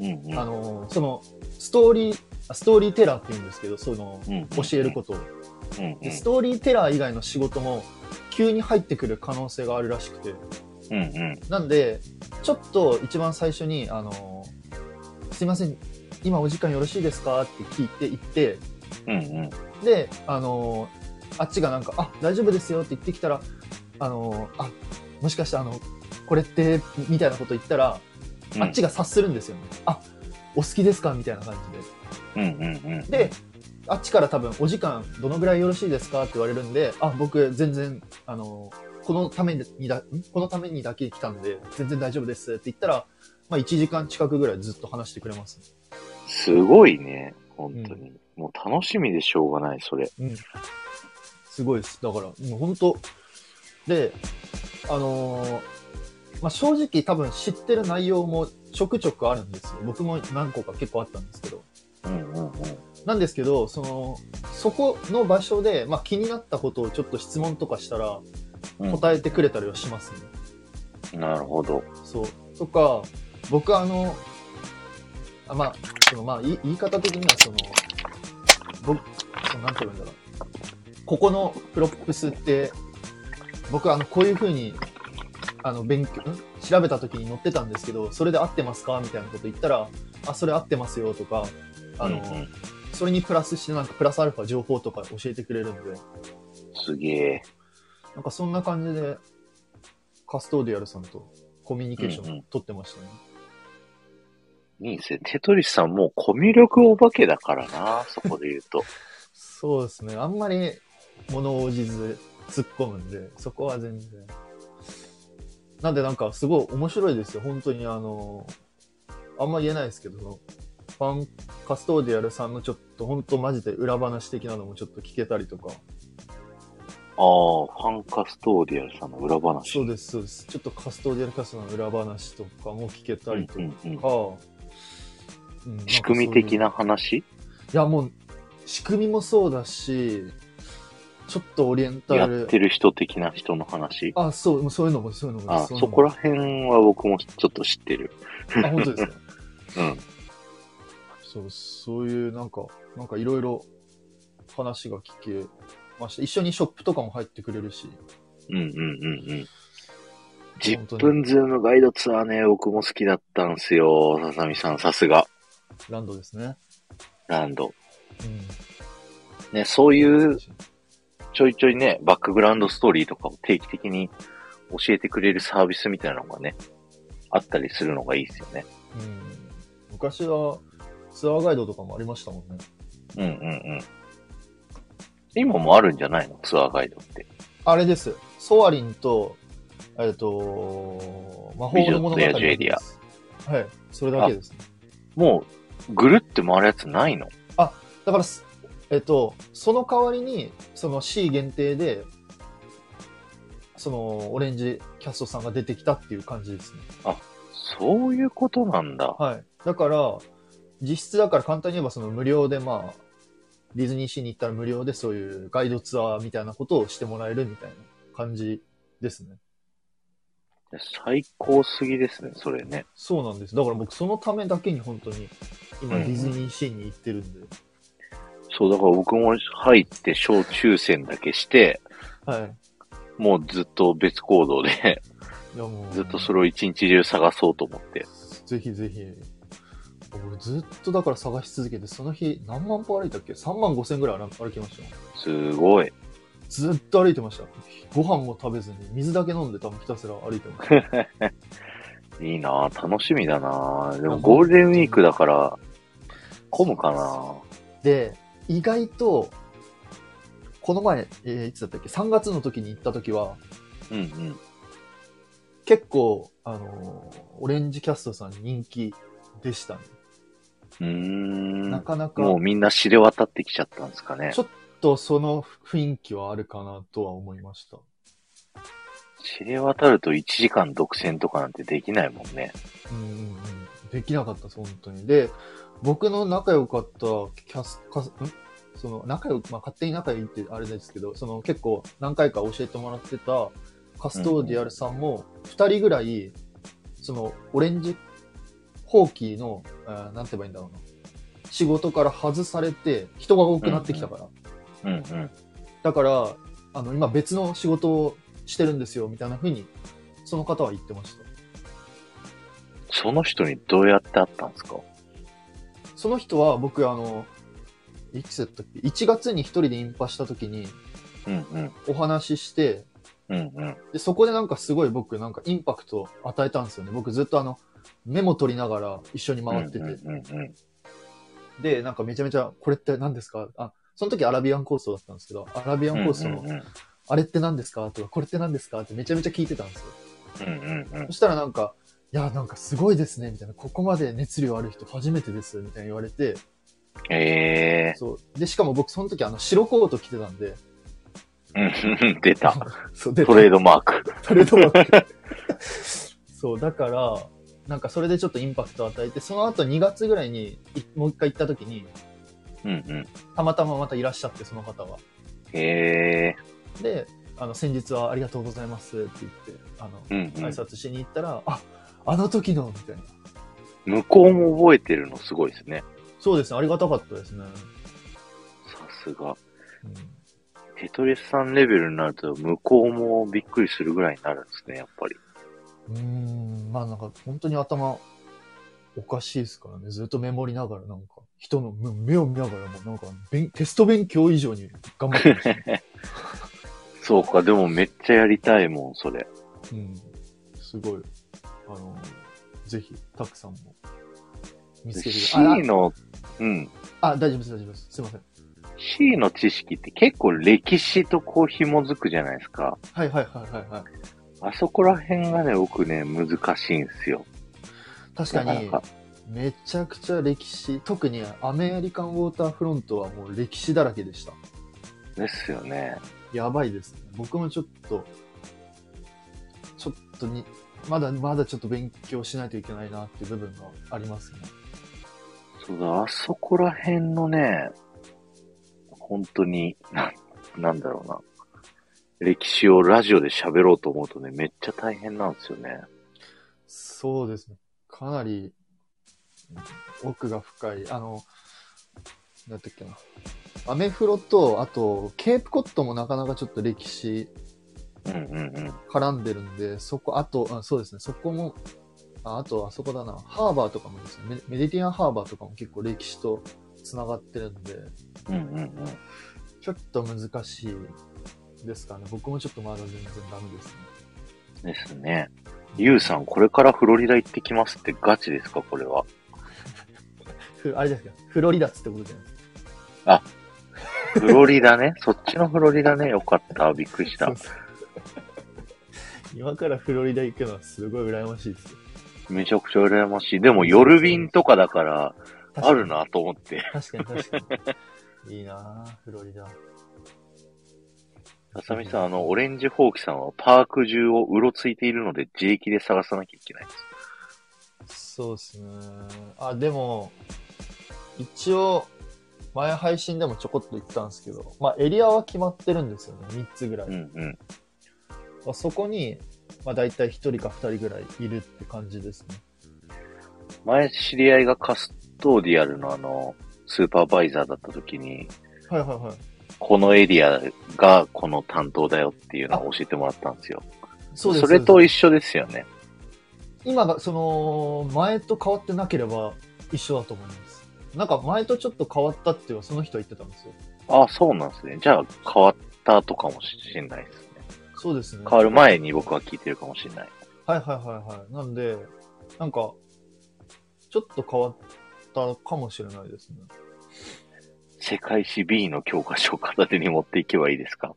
[SPEAKER 1] うんう
[SPEAKER 2] あ
[SPEAKER 1] ん。
[SPEAKER 2] のその、ストーリー、あストーリーテラーって言うんですけど、その、
[SPEAKER 1] うん
[SPEAKER 2] 教えることを。
[SPEAKER 1] と。うん
[SPEAKER 2] でストーリーテラー以外の仕事も、急に入ってくる可能性があるらしくて。
[SPEAKER 1] うん。うんうん。
[SPEAKER 2] なんで、ちょっと一番最初に、あのすいません、今お時間よろしいですかって聞いて行って、
[SPEAKER 1] うんうん。
[SPEAKER 2] で、あのーあっちがなんか、あ、大丈夫ですよって言ってきたら、あのーあ、もしかしてあの、これって、みたいなこと言ったら、
[SPEAKER 1] うん
[SPEAKER 2] あっちが察するんですよね。あ、お好きですかみたいな感
[SPEAKER 1] うんうんうん。
[SPEAKER 2] じで。で、あっちから多分、お時間どのぐらいよろしいですかって言われるんで、あ、僕全然、あのーこのためにだ、んこのためにだけ来たんで、全然大丈夫ですって言ったら、まあ1時間近くぐらいずっと話してくれます。
[SPEAKER 1] すごいね、本当に。もう楽しみでしょうがない、それ。
[SPEAKER 2] うん。すごいです。だから、もう本当で、あのーまあ、正直多分知ってる内容もちょくちょくあるんですよ。僕も何個か結構あったんですけど。
[SPEAKER 1] うんうんうん。
[SPEAKER 2] なんですけど、その、そこの場所で、まあ、気になったことをちょっと質問とかした
[SPEAKER 1] う
[SPEAKER 2] ら、
[SPEAKER 1] ん
[SPEAKER 2] 答えてくれたりはしますね。
[SPEAKER 1] なるほど。
[SPEAKER 2] そう。とか、僕あの、あまあ、そのまあ、い言い方的にはその、僕、そのなんて言うんだろう。ここのプロップスって、僕あの、こういう風に、あの、勉強、ん調べた時に載ってたんですけど、それで合ってますかみたいなこと言ったら、あ、それ合ってますよとか、あの、
[SPEAKER 1] うんうん
[SPEAKER 2] それにプラスしてなんかプラスアルファ情報とか教えてくれるんで、
[SPEAKER 1] すげえ。
[SPEAKER 2] なんかそんな感じで、カストーディアルさんとコミュニケーション取ってましたね。
[SPEAKER 1] いいですね。テトリスさんもうコミュ力お化けだから な、そこで言うと。
[SPEAKER 2] そうですね。あんまり物おじず突っ込むんで、そこは全然。なんでなんかすごい面白いですよ。本当にあの、あんま言えないですけど、そのファンカストーディアルさんのちょっと本当マジで裏話的なのもちょっと聞けたりとか。
[SPEAKER 1] ああ、ファンカストーディアルさんの裏話。
[SPEAKER 2] そうです、そうです。ちょっとカストーディアルカスの裏話とかも聞けたりとか。
[SPEAKER 1] うんうんうん
[SPEAKER 2] うんなんかそういう
[SPEAKER 1] 仕組み的な話
[SPEAKER 2] いや、もう、仕組みもそうだし、ちょっとオリエンタ
[SPEAKER 1] や
[SPEAKER 2] ル
[SPEAKER 1] っ。てる人的な人の話
[SPEAKER 2] あ、そう、もうそういうのも、そういうのも。
[SPEAKER 1] あ
[SPEAKER 2] ういう
[SPEAKER 1] そ
[SPEAKER 2] のも
[SPEAKER 1] こら辺は僕もちょっと知ってる。
[SPEAKER 2] あ、本当ですか。
[SPEAKER 1] うん。
[SPEAKER 2] そう、そういう、なんか、なんかいろいろ話が聞けました。一緒にショップとかも入ってくれるし。
[SPEAKER 1] うんうんうんうん。
[SPEAKER 2] 本
[SPEAKER 1] 10
[SPEAKER 2] 当に
[SPEAKER 1] 分ズームガイドツアーね、僕も好きだったんすよ。ささみさん、さすが。
[SPEAKER 2] ランドですね。
[SPEAKER 1] ランド。
[SPEAKER 2] うん。
[SPEAKER 1] ね、そういう
[SPEAKER 2] そ
[SPEAKER 1] ちょいちょいね、バックグラウンドストーリーとかを定期的に教えてくれるサービスみたいなのがね、あったりするのがいいですよね。
[SPEAKER 2] ううん。昔はツアーガイドとかもありましたもんね。
[SPEAKER 1] うんうんうん。今もあるんじゃないのツアーガイドって。
[SPEAKER 2] あれです。ソアリンと、えっと、魔法の物語
[SPEAKER 1] 美女と野獣エリア
[SPEAKER 2] です。はい。それだけですね。
[SPEAKER 1] もう、ぐるって回るやつないの
[SPEAKER 2] だからす、えっと、その代わりに、その C 限定で、そのオレンジキャストさんが出てきたっていう感じですね。
[SPEAKER 1] そういうことなんだ。
[SPEAKER 2] はい。だから、実質だから簡単に言えばその無料でまあ、ディズニーシーに行ったら無料でそういうガイドツアーみたいなことをしてもらえるみたいな感じですね。
[SPEAKER 1] 最高すぎですね、それね。
[SPEAKER 2] そうなんです。だから僕そのためだけに本当に今
[SPEAKER 1] うん
[SPEAKER 2] デ
[SPEAKER 1] うん
[SPEAKER 2] ィズニーシーに行ってるんで。
[SPEAKER 1] そう、だから僕も入って小抽選だけして、
[SPEAKER 2] はい。
[SPEAKER 1] もうずっと別行動で、
[SPEAKER 2] いやもう。
[SPEAKER 1] ずっとそれを一日中探そうと思って。
[SPEAKER 2] ぜひぜひ。俺ずっとだから探し続けて、その日何万歩歩いたっけ ?3 万5千ぐらい歩歩きましたよ。
[SPEAKER 1] すごい。
[SPEAKER 2] ずっと歩いてました。ご飯を食べずに、水だけ飲んで多分ひたすら歩いてました。
[SPEAKER 1] いいなぁ楽しみだなぁでもゴールデンウィークだから、混むかなぁ
[SPEAKER 2] で、意外と、この前、えーいつだったっけ、3月の時に行った時は、
[SPEAKER 1] うんうん。
[SPEAKER 2] 結構、あのーオレンジキャストさん人気でしたね。
[SPEAKER 1] うー。
[SPEAKER 2] なんかなか、
[SPEAKER 1] もうみんな知れ渡ってきちゃったんですかね
[SPEAKER 2] ち。ょっとその雰囲気はあるかなとは思いました。
[SPEAKER 1] 知れ渡ると1時間独占とかなんてできないもんね。
[SPEAKER 2] うんうんうん。できなかったです、本当に。で、僕の仲良かったキャス、カス、んその、仲良く、まあ、勝手に仲良いってあれですけど、その結構何回か教えてもらってたカストーディアルさんも、二人ぐらい、その、オレンジ、ホーキーの、あーなんて言えばいいんだろうな。仕事から外されて、人が多くなってきたか
[SPEAKER 1] うん
[SPEAKER 2] ら。
[SPEAKER 1] うん。
[SPEAKER 2] だから、あの、今別の仕事をしてるんですよ、みたいな風に、その方は言ってました。
[SPEAKER 1] その人にどうやって会ったんですか
[SPEAKER 2] その人は僕あの、いつだったっけ ?1 月に一人でインパした時に
[SPEAKER 1] うんうん。
[SPEAKER 2] お話しして、
[SPEAKER 1] うんうん。
[SPEAKER 2] で、そこでなんかすごい僕なんかインパクトを与えたんですよね。僕ずっとあの、メモ取りながら一緒に回ってて。
[SPEAKER 1] うんうんうんうん。
[SPEAKER 2] で、なんかめちゃめちゃ、これって何ですかあ、その時アラビアンコーストだったんですけど、アラビアンコーストの、
[SPEAKER 1] うんうん
[SPEAKER 2] あれって何ですかとか、これって何ですかってめちゃめちゃ聞いてたんですよ。
[SPEAKER 1] うんうんうん
[SPEAKER 2] そしたらなんか、いや、なんかすごいですね、みたいな。ここまで熱量ある人初めてです、みたいに言われて。
[SPEAKER 1] え
[SPEAKER 2] そう。で、しかも僕その時あの、白コート着てたんで、
[SPEAKER 1] えー。出た。
[SPEAKER 2] そう、で、
[SPEAKER 1] トレードマーク。
[SPEAKER 2] トレードマークそう、だから、なんかそれでちょっとインパクトを与えて、その後2月ぐらいにいもう一回行った時に、
[SPEAKER 1] うんうん。
[SPEAKER 2] たまたままたいらっしゃって、その方は。
[SPEAKER 1] ええ
[SPEAKER 2] で、あの、先日はありがとうございますって言って、あの、
[SPEAKER 1] ー。うんうん。
[SPEAKER 2] 挨拶しに行ったら、あ、あの時の、みたいな。
[SPEAKER 1] 向こうも覚えてるのすごいですね。
[SPEAKER 2] そうですね、ありがたかったですね。
[SPEAKER 1] さすが。
[SPEAKER 2] うん
[SPEAKER 1] テトリスさんレベルになると、向こうもびっくりするぐらいになるんですね、やっぱり。
[SPEAKER 2] うーん、まあなんか本当に頭おかしいですからね。ずっとメモりながらなんか、人の目目を見ながらもなんか勉テスト勉強以上に頑張ってましたね。
[SPEAKER 1] そうか、でもめっちゃやりたいもん、それ。
[SPEAKER 2] うん。すごい。あの、ぜひ、たくさんも見つけてくだ
[SPEAKER 1] C
[SPEAKER 2] さい。
[SPEAKER 1] の、うん。
[SPEAKER 2] あ、あ大丈夫です、大丈夫です。すいません。
[SPEAKER 1] C の知識って結構歴史とこう紐づくじゃないですか。
[SPEAKER 2] はいはいはいはい。はい
[SPEAKER 1] あそこら辺がね、僕ね、難しいんですよ。
[SPEAKER 2] 確か
[SPEAKER 1] なかな
[SPEAKER 2] に、
[SPEAKER 1] か。
[SPEAKER 2] めちゃくちゃ歴史、特にアメリカンウォーターフロントはもう歴史だらけでした。
[SPEAKER 1] ですよね。
[SPEAKER 2] やばいですね。僕もちょっと、ちょっとに、まだまだちょっと勉強しないといけないなっていう部分がありますね。
[SPEAKER 1] そうだ、あそこら辺のね、本当に、ななんだろうな。歴史をラジオで喋ろうと思うとね、めっちゃ大変なんですよね。
[SPEAKER 2] そうですね。かなり、うん奥が深い。あの、なんだっけな。アメフロと、あと、ケープコットもなかなかちょっと歴史
[SPEAKER 1] うんうんうん。
[SPEAKER 2] 絡んでるんで、そこ、あと、あそうですね、そこも、ああと、あそこだな、ハーバーとかもですね、メメディティアンハーバーとかも結構歴史と繋がってるんで、
[SPEAKER 1] うんうんうん。
[SPEAKER 2] ちょっと難しいですかね。僕もちょっとまだ全然ダメですね。
[SPEAKER 1] ですね。ゆうさん、これからフロリダ行ってきますってガチですかこれは。
[SPEAKER 2] ふあれですか、フロリダっつってことじゃないですか。
[SPEAKER 1] フロリダ ね。そっちのフロリダね。よかった。びっくりした。
[SPEAKER 2] そう そう今からフロリダ行くのはすごい羨ましいですよ。
[SPEAKER 1] めちゃくちゃ羨ましい。でも夜便とかだから、あるなと思って。
[SPEAKER 2] 確かに確かに。いいなぁ、フロリダ。
[SPEAKER 1] あさみさん、あの、オレンジほうきさんはパーク中をうろついているので自力で探さなきゃいけないです。
[SPEAKER 2] そうですね。あ、でも、一応、前配信でもちょこっと言ったんですけど、まあエリアは決まってるんですよね。3つぐらい。
[SPEAKER 1] うんうん。
[SPEAKER 2] まあそこに、まあ大体1人か2人ぐらいいるって感じですね。
[SPEAKER 1] 前知り合いがカストーディアルのあの、スーパーバイザーだった時に、
[SPEAKER 2] はいはいはい。
[SPEAKER 1] このエリアがこの担当だよっていうのを教えてもらったんですよ。
[SPEAKER 2] そうです
[SPEAKER 1] れ
[SPEAKER 2] そう
[SPEAKER 1] と
[SPEAKER 2] で
[SPEAKER 1] 一緒ですよね。
[SPEAKER 2] す今が、その、前と変わってなければ一緒だと思います。なんか前とちょっと変わったっていうのはその人は言ってたんですよ。
[SPEAKER 1] あ、そうなんですね。じゃあ変わった後かもしれないですね。
[SPEAKER 2] そうですね。
[SPEAKER 1] 変わる前に僕は聞いてるかもしれない。
[SPEAKER 2] はいはいはいはい。なんで、なんか、ちょっと変わったかもしれないですね。
[SPEAKER 1] 世界史 B の教科書を片手に持っていけばいいですか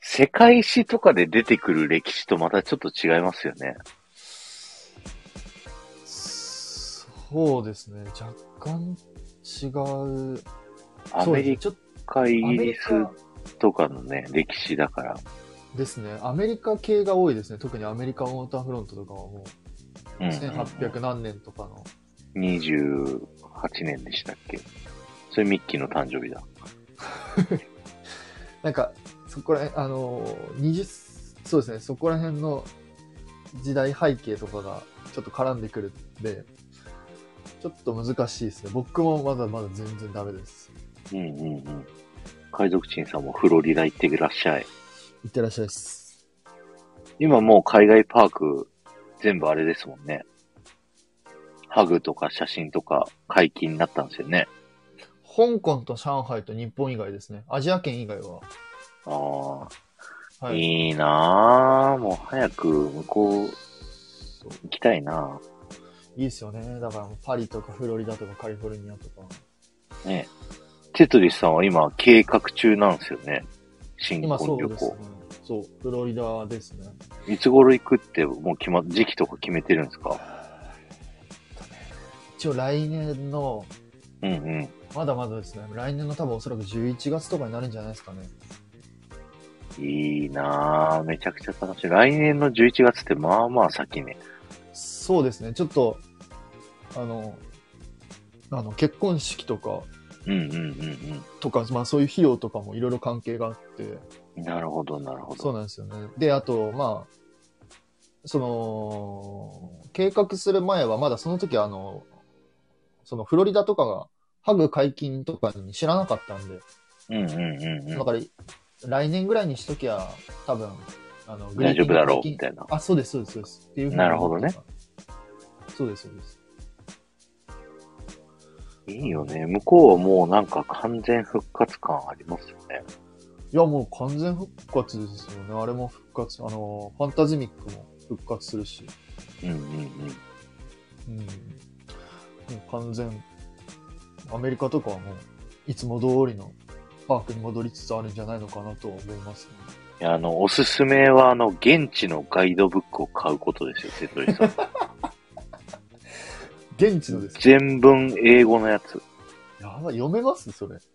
[SPEAKER 1] 世界史とかで出てくる歴史とまたちょっと違いますよね。
[SPEAKER 2] そうですね。若干違う。
[SPEAKER 1] ア
[SPEAKER 2] そう
[SPEAKER 1] メ
[SPEAKER 2] ですね
[SPEAKER 1] リ
[SPEAKER 2] ちょっ
[SPEAKER 1] カ、イ
[SPEAKER 2] とア
[SPEAKER 1] ギ
[SPEAKER 2] メ
[SPEAKER 1] リ
[SPEAKER 2] リ
[SPEAKER 1] ス
[SPEAKER 2] カ
[SPEAKER 1] とかのね、歴史だから。
[SPEAKER 2] ですね。アメリカ系が多いですね。特にアメリカンウォーターフロントとかはも
[SPEAKER 1] う
[SPEAKER 2] う、
[SPEAKER 1] ん
[SPEAKER 2] 1800何年とかの。
[SPEAKER 1] 28年でしたっけそれミッキーの誕生日だ。
[SPEAKER 2] なんか、そこら辺、あのー、20、そうですね。そこら辺の時代背景とかがちょっと絡んでくるんで、ちょっと難しいですね。僕もまだまだ全然ダメです。
[SPEAKER 1] うんうんうん。海賊人さんもフロリダ行ってらっしゃい。
[SPEAKER 2] いってらっしゃいです。
[SPEAKER 1] 今もう海外パーク全部あれですもんね。ハグとか写真とか解禁になったんですよね。
[SPEAKER 2] 香港と上海と日本以外ですね。アジア圏以外は。
[SPEAKER 1] ああ、、
[SPEAKER 2] はいい。
[SPEAKER 1] いなぁ。もう早く向こう行きたいなぁ。
[SPEAKER 2] いいですよね。だからもうパリとかフロリダとかカリフォルニアとか。
[SPEAKER 1] ねテトリスさんは今計画中なんですよね。新
[SPEAKER 2] 今そ
[SPEAKER 1] 婚
[SPEAKER 2] う
[SPEAKER 1] 旅
[SPEAKER 2] ですね
[SPEAKER 1] 行。。
[SPEAKER 2] そう、フロリダですね。
[SPEAKER 1] いつ頃行くってもう決まっ、時期とか決めてるんですか
[SPEAKER 2] 一応来年の、
[SPEAKER 1] うんうん。
[SPEAKER 2] まだまだですね。来年の多分おそらく11月とかになるんじゃないですかね。
[SPEAKER 1] いいなぁ。めちゃくちゃ楽しい。来年の11月ってまあまあ先ね。
[SPEAKER 2] そうですね。ちょっと、あの、あの結婚式とか、
[SPEAKER 1] うんうんうん
[SPEAKER 2] とか、まあそういう費用とかもいろいろ関係があって、
[SPEAKER 1] うん。なるほど、なるほど。
[SPEAKER 2] そうなんですよね。で、あと、まあ、その、計画する前は、まだその時はあの、そのフロリダとかが、ハグ解禁とかに知らなかったんで、
[SPEAKER 1] うんうんうんうん
[SPEAKER 2] だ。から、来年ぐらいにしときゃ、多分、あの、グリ
[SPEAKER 1] 大
[SPEAKER 2] ーテ
[SPEAKER 1] 丈
[SPEAKER 2] ィング
[SPEAKER 1] 夫だろう
[SPEAKER 2] 解禁
[SPEAKER 1] みたいな。
[SPEAKER 2] あ、そうです、そうです、そうです。っていうふうに
[SPEAKER 1] なるほどね。
[SPEAKER 2] そうです、そうです。
[SPEAKER 1] いいよね。向こうはもうなんか完全復活感ありますよね。
[SPEAKER 2] いや、もう完全復活ですよね。あれも復活、あの、ファンタズミックも復活するし。
[SPEAKER 1] うんうんうん。
[SPEAKER 2] うん。もう完全、アメリカとかはもう、いつも通りのパークに戻りつつあるんじゃないのかなとは思いますね。
[SPEAKER 1] いやあの、おすすめはあの、現地のガイドブックを買うことですよ、瀬戸井さ ん。
[SPEAKER 2] 現地のですね。
[SPEAKER 1] 全文英語のやつ。
[SPEAKER 2] やばい、読めますそれ。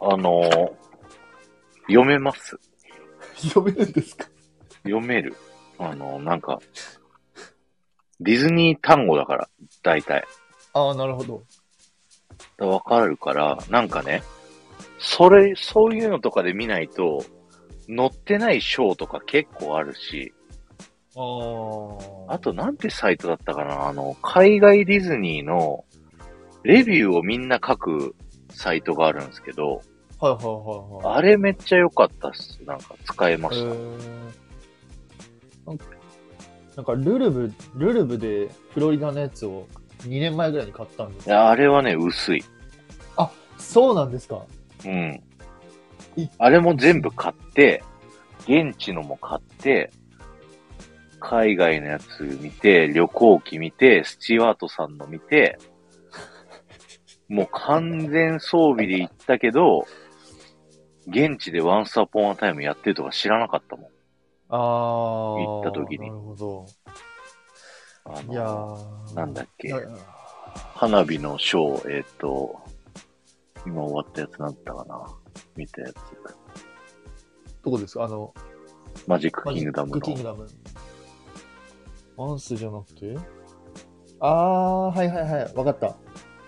[SPEAKER 1] あのー読めます。
[SPEAKER 2] 読めるんですか
[SPEAKER 1] 読める。あのーなんか、ディズニー単語だから、大体。
[SPEAKER 2] ああ、なるほど。
[SPEAKER 1] わかるから、なんかね、それ、そういうのとかで見ないと、載ってない章とか結構あるし、
[SPEAKER 2] ああ。
[SPEAKER 1] あと、なんてサイトだったかなあの、海外ディズニーのレビューをみんな書くサイトがあるんですけど、
[SPEAKER 2] はいはいはいはい。
[SPEAKER 1] あれめっちゃ良かったっす。なんか使えま
[SPEAKER 2] え
[SPEAKER 1] した。
[SPEAKER 2] ーなんかなんかルルブ、ルルブでフロリダのやつを2年前ぐらいに買ったんです
[SPEAKER 1] いやあれはね、薄い。
[SPEAKER 2] そうなんですか
[SPEAKER 1] うん
[SPEAKER 2] い。
[SPEAKER 1] あれも全部買って、現地のも買って、海外のやつ見て、旅行機見て、スチュワートさんの見て、もう完全装備で行ったけど、現地でワンスアポンアタイムやってるとか知らなかったもん。
[SPEAKER 2] ああ。
[SPEAKER 1] 行った時に
[SPEAKER 2] なるほど。
[SPEAKER 1] あの
[SPEAKER 2] いやー
[SPEAKER 1] なんだっけ
[SPEAKER 2] いやいや
[SPEAKER 1] 花火のショー、えっ、と、今終わったやつなんだったかな見たやつ。
[SPEAKER 2] どこですかあの、
[SPEAKER 1] マジック
[SPEAKER 2] マ
[SPEAKER 1] キン
[SPEAKER 2] ジ
[SPEAKER 1] グダ
[SPEAKER 2] ッ
[SPEAKER 1] ム
[SPEAKER 2] クキング
[SPEAKER 1] の。
[SPEAKER 2] ダム。ワンスじゃなくてああ、はいはいはい。わかった。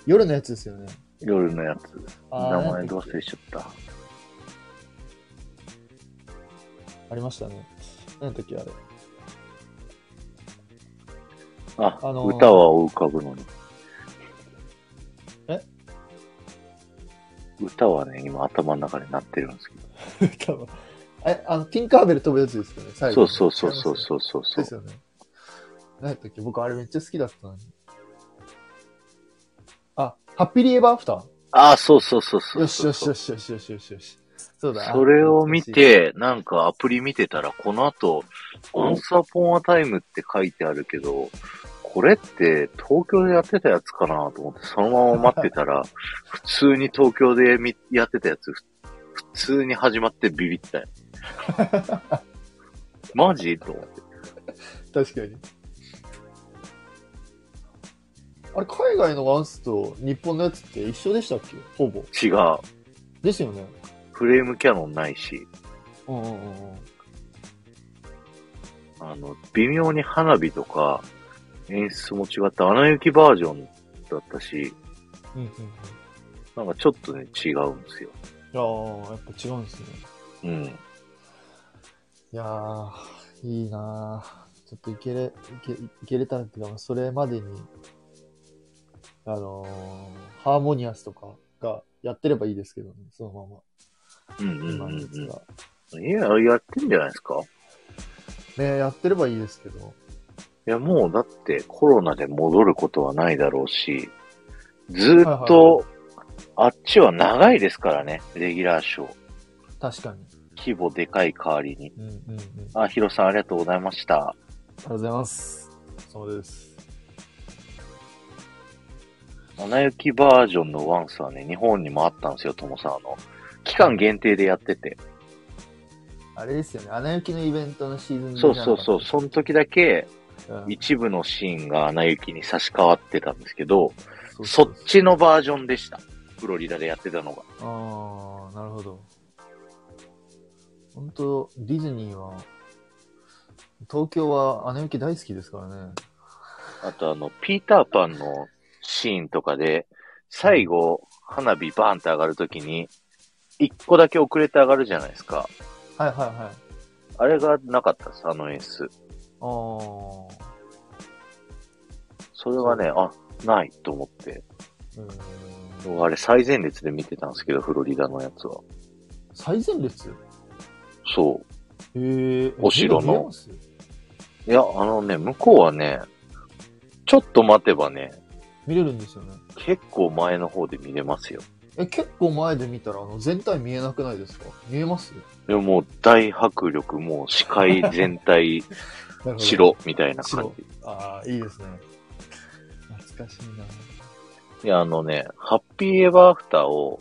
[SPEAKER 2] 夜のやつですよね。
[SPEAKER 1] 夜のやつ。
[SPEAKER 2] あー
[SPEAKER 1] 名前
[SPEAKER 2] なんだっ
[SPEAKER 1] どう
[SPEAKER 2] け
[SPEAKER 1] 忘れしちゃった。
[SPEAKER 2] ありましたね。何だっけあれ。
[SPEAKER 1] あ、
[SPEAKER 2] あのー
[SPEAKER 1] 歌は浮かぶのに。
[SPEAKER 2] え
[SPEAKER 1] 歌はね、今頭の中で鳴ってるんですけど。
[SPEAKER 2] 多分え、あの、ティンカーベル飛ぶやつですよね、最
[SPEAKER 1] そ
[SPEAKER 2] 後
[SPEAKER 1] うそうそうそう
[SPEAKER 2] う。
[SPEAKER 1] そうそうそ
[SPEAKER 2] で
[SPEAKER 1] う
[SPEAKER 2] す。よね。何やったっけ僕あれめっちゃ好きだったのに。あ、ハッピーリエバーアフター
[SPEAKER 1] ああ、そうそうそうそう
[SPEAKER 2] よしよしよ
[SPEAKER 1] し。
[SPEAKER 2] しよしよしよしよし。そうだ。
[SPEAKER 1] それを見
[SPEAKER 2] 懐かしい、
[SPEAKER 1] て、なんかアプリ見てたら、この後、オンサポンアタイムって書いてあるけど、これって東京でやってたやつかなと思って、そのまま待ってた ら、普通に東京でみやってたやつ、ふ普通に始まってビビ ったよ。マジと思って。
[SPEAKER 2] 確かに。あれ、海外のワンスと日本のやつって一緒でしたっけほぼ。
[SPEAKER 1] 違う。
[SPEAKER 2] ですよね。
[SPEAKER 1] フレームキャノンないし、
[SPEAKER 2] うんうんうんうん。
[SPEAKER 1] あの、微妙に花火とか、演出も違った、穴行きバージョンだったし、
[SPEAKER 2] うんうん
[SPEAKER 1] なんかちょっとね、違うんですよ。
[SPEAKER 2] うん。いやー、やっぱ違うんですね。
[SPEAKER 1] うん。
[SPEAKER 2] いやー、いいなー。ちょっといけれ、いけ、いけれたらっていうか、それまでに、あのー、ハーモニアスとかがやってればいいですけどね、そのまま。
[SPEAKER 1] うんうん
[SPEAKER 2] 今
[SPEAKER 1] う
[SPEAKER 2] の
[SPEAKER 1] ん
[SPEAKER 2] やつが。
[SPEAKER 1] うん。いや、やってんじゃないですか
[SPEAKER 2] ねやってればいいですけど。
[SPEAKER 1] いや、もうだってコロナで戻ることはないだろうし、ずーっ
[SPEAKER 2] は
[SPEAKER 1] と、あっちは長いですからね、レギュラーショー。
[SPEAKER 2] 確かに。
[SPEAKER 1] 規模でかい代わりに。
[SPEAKER 2] うんうんうん。あり
[SPEAKER 1] あ、ヒロさんありがとうございました。
[SPEAKER 2] がとうございます。そうです。
[SPEAKER 1] 穴行きバージョンのワンスはね、日本にもあったんですよ、ともさん。あの、期間限定でやってて。
[SPEAKER 2] あれですよね、穴行きのイベントのシーズン
[SPEAKER 1] そうそうそう、その時だけ、
[SPEAKER 2] うん。
[SPEAKER 1] 一部のシーンが穴行きに差し替わってたんですけど、
[SPEAKER 2] そう
[SPEAKER 1] そ
[SPEAKER 2] そう
[SPEAKER 1] っちのバージョンでした。フロリダでやってたのが。
[SPEAKER 2] ああ、なるほど。本当ディズニーは、東京は姉行き大好きですからね。
[SPEAKER 1] あとあの、ピーターパンのシーンとかで、最後、花火バーンって上がるときに、一個だけ遅れて上がるじゃないですか。
[SPEAKER 2] はいはいはい。
[SPEAKER 1] あれがなかったです、あの演出。
[SPEAKER 2] あ
[SPEAKER 1] それはね、あ、ないと思って。
[SPEAKER 2] あ、うーん。
[SPEAKER 1] あれ最前列で見てたんですけど、フロリダのやつは。
[SPEAKER 2] 最前列
[SPEAKER 1] そう。
[SPEAKER 2] へーえ。
[SPEAKER 1] お城の
[SPEAKER 2] 目が見えます
[SPEAKER 1] いや、あのね、向こうはね、ちょっと待てばね、
[SPEAKER 2] 見れるんですよね。
[SPEAKER 1] 結構前の方で見れますよ。
[SPEAKER 2] え、結構前で見たら、あの、全体見えなくないですか見えます
[SPEAKER 1] でももう大迫力、もう視界全体
[SPEAKER 2] 白。
[SPEAKER 1] 白みたいな感じ。
[SPEAKER 2] ああ、いいですね。懐かしいな。
[SPEAKER 1] いや、あのね、ハッピーエバーアフターを、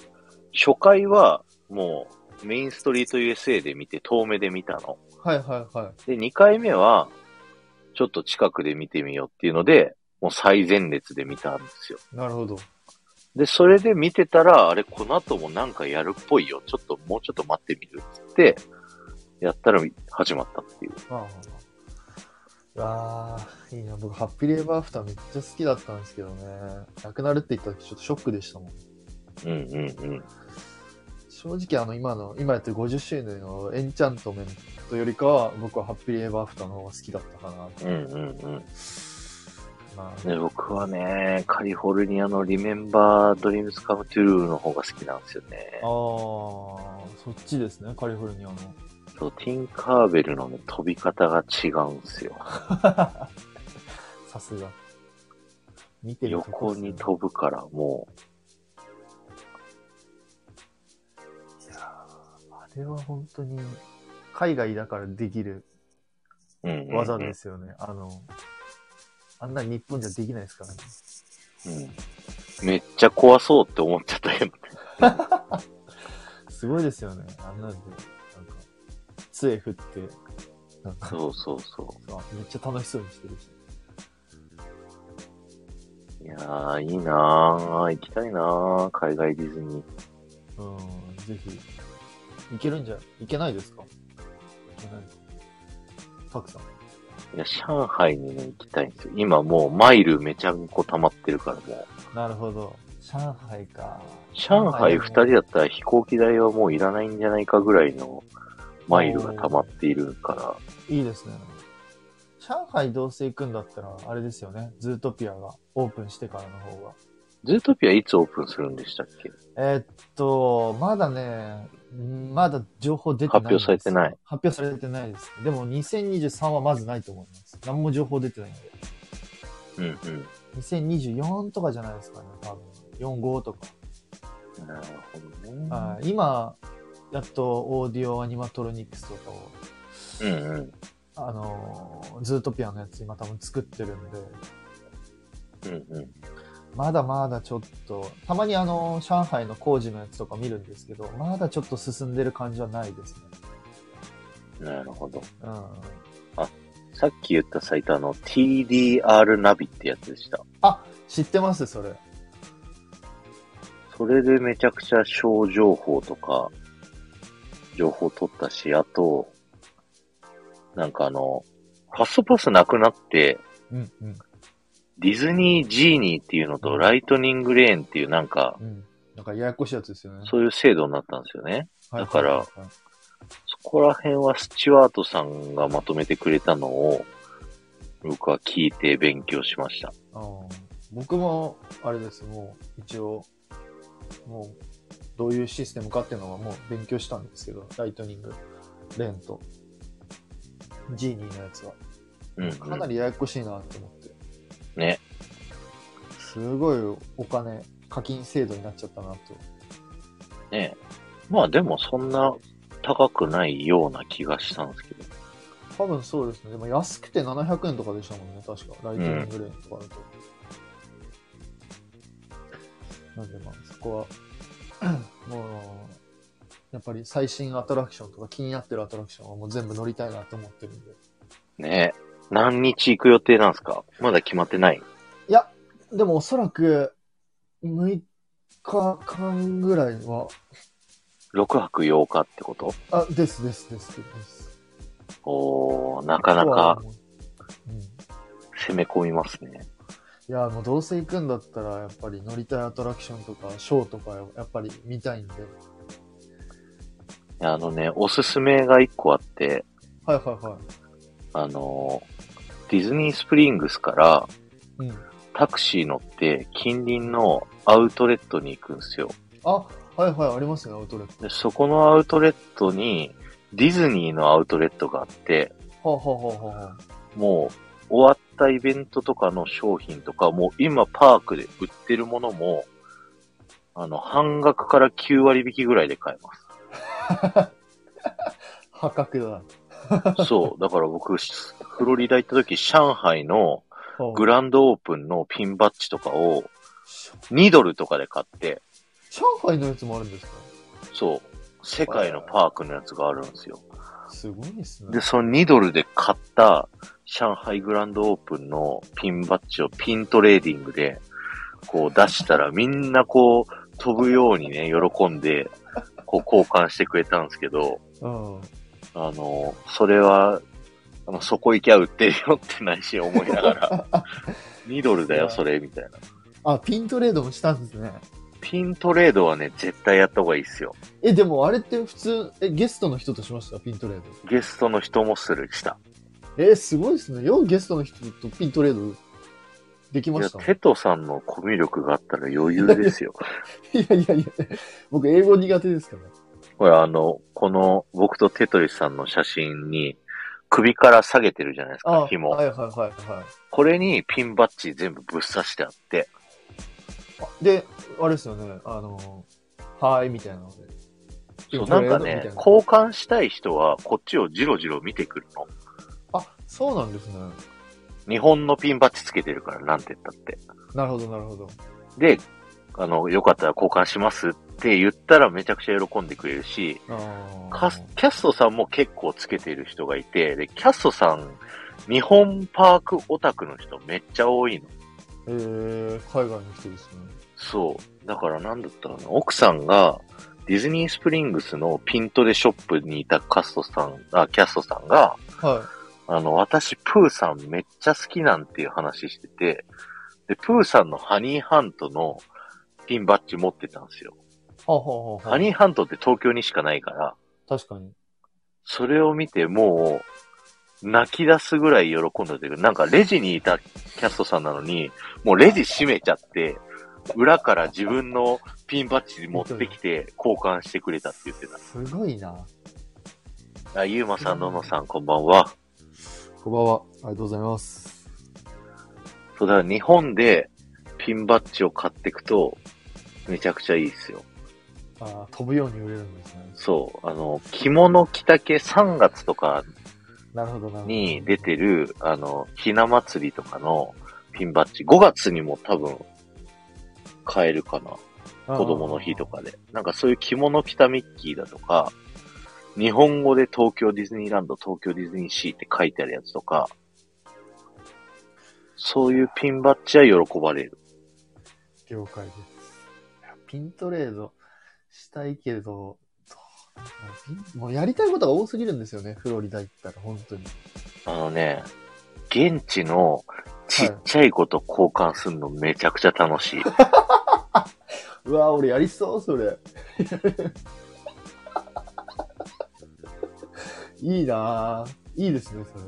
[SPEAKER 1] 初回はもうメインストリート USA で見て、遠目で見たの。
[SPEAKER 2] はいはいはい。
[SPEAKER 1] で、2回目は、ちょっと近くで見てみようっていうので、もう最前列で見たんですよ。
[SPEAKER 2] なるほど。
[SPEAKER 1] で、それで見てたら、あれ、この後もなんかやるっぽいよ。ちょっと、もうちょっと待ってみるっつって、やったら始まったっていう。
[SPEAKER 2] ああ。わあ、いいな。僕、ハッピーレバーアフターめっちゃ好きだったんですけどね。なくなるって言った時ちょっとショックでしたもん。
[SPEAKER 1] うんうんうん。
[SPEAKER 2] 正直、あの、今の、今やってる50周年のエンチャントメントよりかは、僕はハッピーレバーアフターの方が好きだったかな。
[SPEAKER 1] うんうん
[SPEAKER 2] まあ
[SPEAKER 1] うん。で、僕はね、カリフォルニアのリメンバードリームスカムトゥルーの方が好きなんですよね。
[SPEAKER 2] あー、そっちですね、カリフォルニアの。
[SPEAKER 1] そう、ティンカーベルのね、飛び方が違うんですよ。
[SPEAKER 2] さすが。見てるとこ
[SPEAKER 1] 横
[SPEAKER 2] っすね
[SPEAKER 1] に飛ぶから、も
[SPEAKER 2] いやーあれは本当に、海外だからできる
[SPEAKER 1] う。うんうん、うん。
[SPEAKER 2] 技ですよね。あの、あんな日本じゃできないですからね。
[SPEAKER 1] うん。めっちゃ怖そうって思っちゃったけど。
[SPEAKER 2] すごいですよね。あんなんで、なんか、杖振って、なんか、
[SPEAKER 1] そうそうそう。
[SPEAKER 2] あめっちゃ楽しそうにしてるし。
[SPEAKER 1] いやー、いいなー。行きたいなー。海外ディズニー。
[SPEAKER 2] うん、ぜひ。いけるんじゃ、いけないですかいけないたくさん。
[SPEAKER 1] いや、上海にね、行きたいんですよ。今もうマイルめちゃめちゃ溜まってるからもう。
[SPEAKER 2] なるほど。上海か。
[SPEAKER 1] 上海二人
[SPEAKER 2] で
[SPEAKER 1] だったら飛行機代はもういらないんじゃないかぐらいのマイルが溜まっているから。
[SPEAKER 2] いいですね。上海どうせ行くんだったら、あれですよね。ズートピアがオープンしてからの方が。
[SPEAKER 1] ズートピアいつオープンするんでしたっけ
[SPEAKER 2] えーっと、まだね、んまだ情報出てないんです。
[SPEAKER 1] 発表されてない。
[SPEAKER 2] 発表されてないです。でも2023はまずないと思います。何も情報出てないんで。
[SPEAKER 1] うんうん。
[SPEAKER 2] 2024とかじゃないですかね、多分。4、5とか。
[SPEAKER 1] なるほどね。
[SPEAKER 2] あー今、やっとオーディオアニマトロニクスとかを、
[SPEAKER 1] うんうん。
[SPEAKER 2] あのー、ズートピアのやつ今多分作ってるんで、
[SPEAKER 1] うんうん。
[SPEAKER 2] まだまだちょっと、たまにあの、上海の工事のやつとか見るんですけど、まだちょっと進んでる感じはないですね。
[SPEAKER 1] なるほど。
[SPEAKER 2] うん。
[SPEAKER 1] さっき言ったサイト、あの、TDR ナビってやつでした。
[SPEAKER 2] あ、知ってますそれ。
[SPEAKER 1] それでめちゃくちゃ小情報とか、情報取ったし、あと、なんかあの、ファストパスなくなって、
[SPEAKER 2] うん、うん、
[SPEAKER 1] ディズニージーニーっていうのとライトニングレーンっていうなんか、
[SPEAKER 2] うん。なんかややこしいやつですよね。
[SPEAKER 1] そういう制度になったんですよね。
[SPEAKER 2] はい
[SPEAKER 1] だから
[SPEAKER 2] はいはい
[SPEAKER 1] そこら辺はスチュワートさんがまとめてくれたのを、僕は聞いて勉強しました。
[SPEAKER 2] あー僕も、あれです、もう、一応、もう、どういうシステムかっていうのはもう勉強したんですけど、ライトニング、レーンと、ジーニーのやつは。
[SPEAKER 1] うん、
[SPEAKER 2] かなりややこしいなって思って。
[SPEAKER 1] ね。
[SPEAKER 2] すごいお金、課金制度になっちゃったなと。
[SPEAKER 1] ねまあでもそんな高くないような気がしたんですけど。
[SPEAKER 2] 多分そうですね。でも安くて700円とかでしたもんね、確か。ライトニングレーンとかだと。なんでまあ、そこは、 もう、やっぱり最新アトラクションとか気になってるアトラクションはもう全部乗りたいなと思ってるんで。
[SPEAKER 1] ね何日行く予定なんですかまだ決まってない。
[SPEAKER 2] いや、でもおそらく6日間ぐらいは、
[SPEAKER 1] 6泊8日ってこと
[SPEAKER 2] あ、ですですですです。
[SPEAKER 1] おー、なかなか
[SPEAKER 2] うん、い
[SPEAKER 1] 攻め込みますね。
[SPEAKER 2] やもうどうせ行くんだったらやっぱり乗りたいアトラクションとかショーとかやっぱり見たいんで
[SPEAKER 1] あのね、おすすめが1個あって、
[SPEAKER 2] はいはいは
[SPEAKER 1] あの、ディズニースプリングスから
[SPEAKER 2] い、うん、
[SPEAKER 1] タクシー乗って近隣のアウトレットに行くんですよ。
[SPEAKER 2] あはいはいありますねアウトレッ
[SPEAKER 1] で、そこのアウトレットにディズニーのアウトレットがあって、
[SPEAKER 2] トはあ、はあはあはあ、
[SPEAKER 1] もう終わったイベントとかの商品とか、もう今パークで売ってるものも、あの、半額から9割引きぐらいで買えま
[SPEAKER 2] 破格だ、は
[SPEAKER 1] す。そう。だから僕、フロリダ行った時、上海の
[SPEAKER 2] あ
[SPEAKER 1] グランドオープンのピンバッジとかを
[SPEAKER 2] し
[SPEAKER 1] 2ドルとかで買って、
[SPEAKER 2] 上海のやつもあるんですか
[SPEAKER 1] そう。世界のパークのやつがあるんですよ。
[SPEAKER 2] すごいですね
[SPEAKER 1] で、その2ドルで買った上海グランドオープンのピンバッジをピントレーディングでこう出したらみんなこう飛ぶようにね、喜んでこう交換してくれたんですけど、
[SPEAKER 2] うん
[SPEAKER 1] あの、それは、あの、そこ行きゃ売ってるよってないし思いなが ら、2ドルだよそれみたいな。
[SPEAKER 2] あピントレードもしたんですね
[SPEAKER 1] ピントレードはね、絶対やった方がいいですよ。
[SPEAKER 2] えでもあれって普通えゲストの人としましたピントレード
[SPEAKER 1] ゲストの人もするした。
[SPEAKER 2] えーすごいですねようゲストの人とピントレードでき
[SPEAKER 1] い
[SPEAKER 2] ま
[SPEAKER 1] や、
[SPEAKER 2] したね
[SPEAKER 1] テトさんのコミュ力があったら余裕ですよ。
[SPEAKER 2] いやいやいや、僕英語苦手ですから。
[SPEAKER 1] これあの、この僕とテトリスさんの写真に首から下げてるじゃないですか、紐
[SPEAKER 2] は。いはいはいは
[SPEAKER 1] これにピンバッジ全部ぶっ刺してあって、
[SPEAKER 2] い。で、あれですよね、あの、はーいみたいなので。
[SPEAKER 1] そうなんかね、交換したい人はこっちをジロジロ見てくるの。
[SPEAKER 2] あ、そうなんですね。
[SPEAKER 1] 日本のピンバッジつけてるから、なんて言ったって。
[SPEAKER 2] なるほどなるほど。
[SPEAKER 1] で、あの、よかったら交換しますって言ったらめちゃくちゃ喜んでくれるし、
[SPEAKER 2] あ
[SPEAKER 1] カスキャストさんも結構つけてる人がいて、で、キャストさん、日本パークオタクの人めっちゃ多いの。
[SPEAKER 2] えー、海外の人ですね。
[SPEAKER 1] そう。だからなんだったかな。奥さんが、ディズニースプリングスのピントレショップにいたカストさん、あ、キャストさんが、
[SPEAKER 2] は
[SPEAKER 1] あの、私、プーさんめっちゃ好きなんていう話してて、で、プーさんのハニーハントのピンバッジ持ってたんですよ。
[SPEAKER 2] い。はあ、はあは
[SPEAKER 1] ハニーハントって東京にしかないから、
[SPEAKER 2] 確かに。
[SPEAKER 1] それを見てもう、泣き出すぐらい喜んだというか、なんかレジにいたキャストさんなのに、もうレジ閉めちゃって、裏から自分のピンバッジ持ってきて交換してくれたって言って
[SPEAKER 2] すごいな。
[SPEAKER 1] た。あ、ゆうまさん、ののさん、こんばんは。
[SPEAKER 2] こんばんは。ありがとうございます。
[SPEAKER 1] そうだ、日本でピンバッジを買っていくと、めちゃくちゃいいですよ。
[SPEAKER 2] あー飛ぶように売れるんですね。
[SPEAKER 1] そう、あの、着物着丈3月とか
[SPEAKER 2] なるほど、なるほど。
[SPEAKER 1] に出てる、あの、ひな祭りとかのピンバッジ、5月にも多分、買えるかな。
[SPEAKER 2] あー
[SPEAKER 1] 子供の日とかで。なんかそういう着物着たミッキーだとか、日本語で東京ディズニーランド、東京ディズニーシーって書いてあるやつとか、そういうピンバッジは喜ばれる。
[SPEAKER 2] 了解です。いやピントレードしたいけれど、どうもうピンもうやりたいことが多すぎるんですよね、フロリダ行ったら、本当に。
[SPEAKER 1] あのね、現地のちっちゃい子と交換するのめちゃくちゃ楽しい。
[SPEAKER 2] うわ俺やりそう、それ。 いいなぁ。いいですね、それ。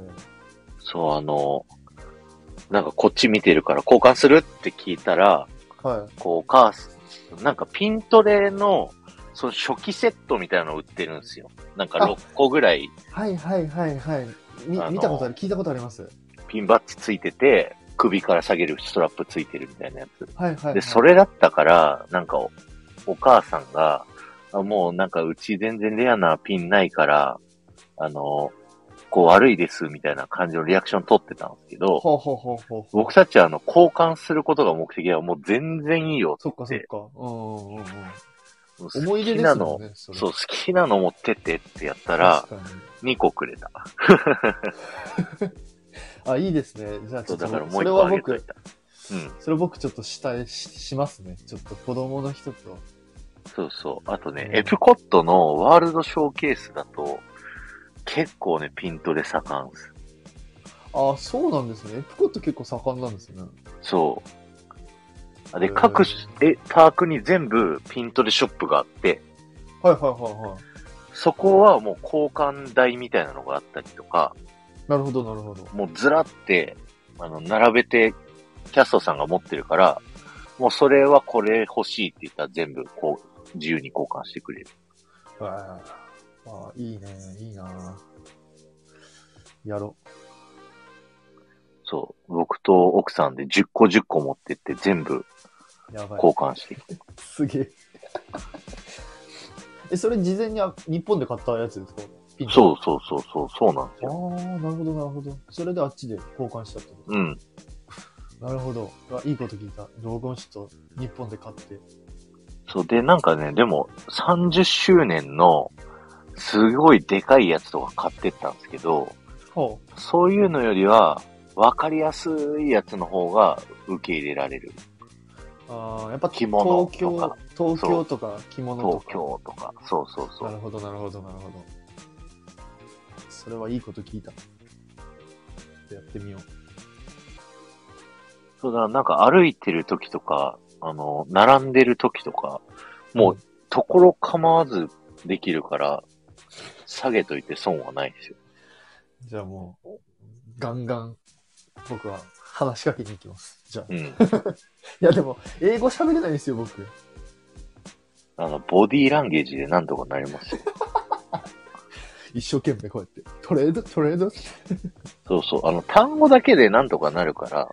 [SPEAKER 1] そう、あの、なんかこっち見てるから交換するって聞いたら、
[SPEAKER 2] はい。
[SPEAKER 1] こう、お母さん、なんかピントレの、その初期セットみたいなの売ってるんですよ。なんか6個ぐらい
[SPEAKER 2] はいはいはいはい。み
[SPEAKER 1] あの
[SPEAKER 2] 見たことある、聞いたことあります。
[SPEAKER 1] ピンバッジついてて、首から下げるストラップついてるみたいなやつ。
[SPEAKER 2] はいはい、はい。
[SPEAKER 1] で、それだったから、なんかお、お母さんが、あもうなんかうち全然レアなピンないから、あの、こう悪いですみたいな感じのリアクション取ってたんですけど、
[SPEAKER 2] ほうほうほうほう。
[SPEAKER 1] 僕たちはあの、交換することが目的はもう全然いいよ。
[SPEAKER 2] そっかそっか。うんうんうん
[SPEAKER 1] もう
[SPEAKER 2] うん。思い出
[SPEAKER 1] 好き
[SPEAKER 2] で
[SPEAKER 1] な
[SPEAKER 2] す
[SPEAKER 1] の
[SPEAKER 2] もん、ね、それ
[SPEAKER 1] そう、好きなの持ってってってやったら
[SPEAKER 2] 確、かに。
[SPEAKER 1] 2個くれた。
[SPEAKER 2] あ、いいですね。じゃあち
[SPEAKER 1] そ
[SPEAKER 2] ょ
[SPEAKER 1] う、
[SPEAKER 2] っと、
[SPEAKER 1] だからも
[SPEAKER 2] そうれ
[SPEAKER 1] 1個
[SPEAKER 2] は
[SPEAKER 1] あげとい
[SPEAKER 2] 僕、
[SPEAKER 1] た。うん。
[SPEAKER 2] それ僕ちょっとしたいししますね。ちょっと子供の人と。
[SPEAKER 1] そうそう。あとね、
[SPEAKER 2] うん
[SPEAKER 1] エプコットのワールドショーケースだと、結構ね、ピントで盛んです。
[SPEAKER 2] あ、そうなんですね。エプコット結構盛んなんですね。
[SPEAKER 1] そう。あ
[SPEAKER 2] へ
[SPEAKER 1] で、
[SPEAKER 2] ー
[SPEAKER 1] 各えパークに全部ピントでショップがあって、
[SPEAKER 2] はいはいはいはい。
[SPEAKER 1] そこはもう交換台みたいなのがあったりとか、
[SPEAKER 2] なるほどなるほど。
[SPEAKER 1] もうずらって、あの、並べて、キャストさんが持ってるから、もうそれはこれ欲しいって言ったら全部こう、自由に交換してくれる。
[SPEAKER 2] ああ、いいね。いいなやろ
[SPEAKER 1] そう。僕と奥さんで10個10個持ってって全部
[SPEAKER 2] う。やばい。
[SPEAKER 1] 交換してきて
[SPEAKER 2] すげえ。 え、それ事前にあ日本で買ったやつですかピン
[SPEAKER 1] そうそうそうそう、そうなんです
[SPEAKER 2] ああ
[SPEAKER 1] よ。、
[SPEAKER 2] なるほど、なるほど。それであっちで交換したってこ
[SPEAKER 1] うん。
[SPEAKER 2] と。なるほど。あいいこと聞いた。ロゴンちょっと日本で買って。
[SPEAKER 1] そうで、なんかね、でも30周年のすごいでかいやつとか買ってったんですけど、
[SPEAKER 2] ほ
[SPEAKER 1] そういうのよりは分かりやすいやつの方が受け入れられる。
[SPEAKER 2] う。ああ、やっぱ
[SPEAKER 1] 着
[SPEAKER 2] 東
[SPEAKER 1] 物とか
[SPEAKER 2] 京、東京とか着物と
[SPEAKER 1] 東
[SPEAKER 2] か。
[SPEAKER 1] 京とか、そうそうそ
[SPEAKER 2] な
[SPEAKER 1] う。
[SPEAKER 2] るほど、なるほど、なるほど。それはいいこと聞いた。ちょっとやってみよう。
[SPEAKER 1] そうだ、なんか歩いてる時とか、あの、並んでる時とか、もう、ところ構わずできるから、下げといて損はないですよ。
[SPEAKER 2] じゃあもう、ガンガン、僕は話しかけに行きます。じゃあ。
[SPEAKER 1] うん。
[SPEAKER 2] いや、でも、英語喋れないですよ、僕。
[SPEAKER 1] あの、ボディーランゲージでなんとかなりますよ。
[SPEAKER 2] 一生懸命こうやって。トレード、トレード
[SPEAKER 1] そうそう。あの、単語だけでなんとかなるから、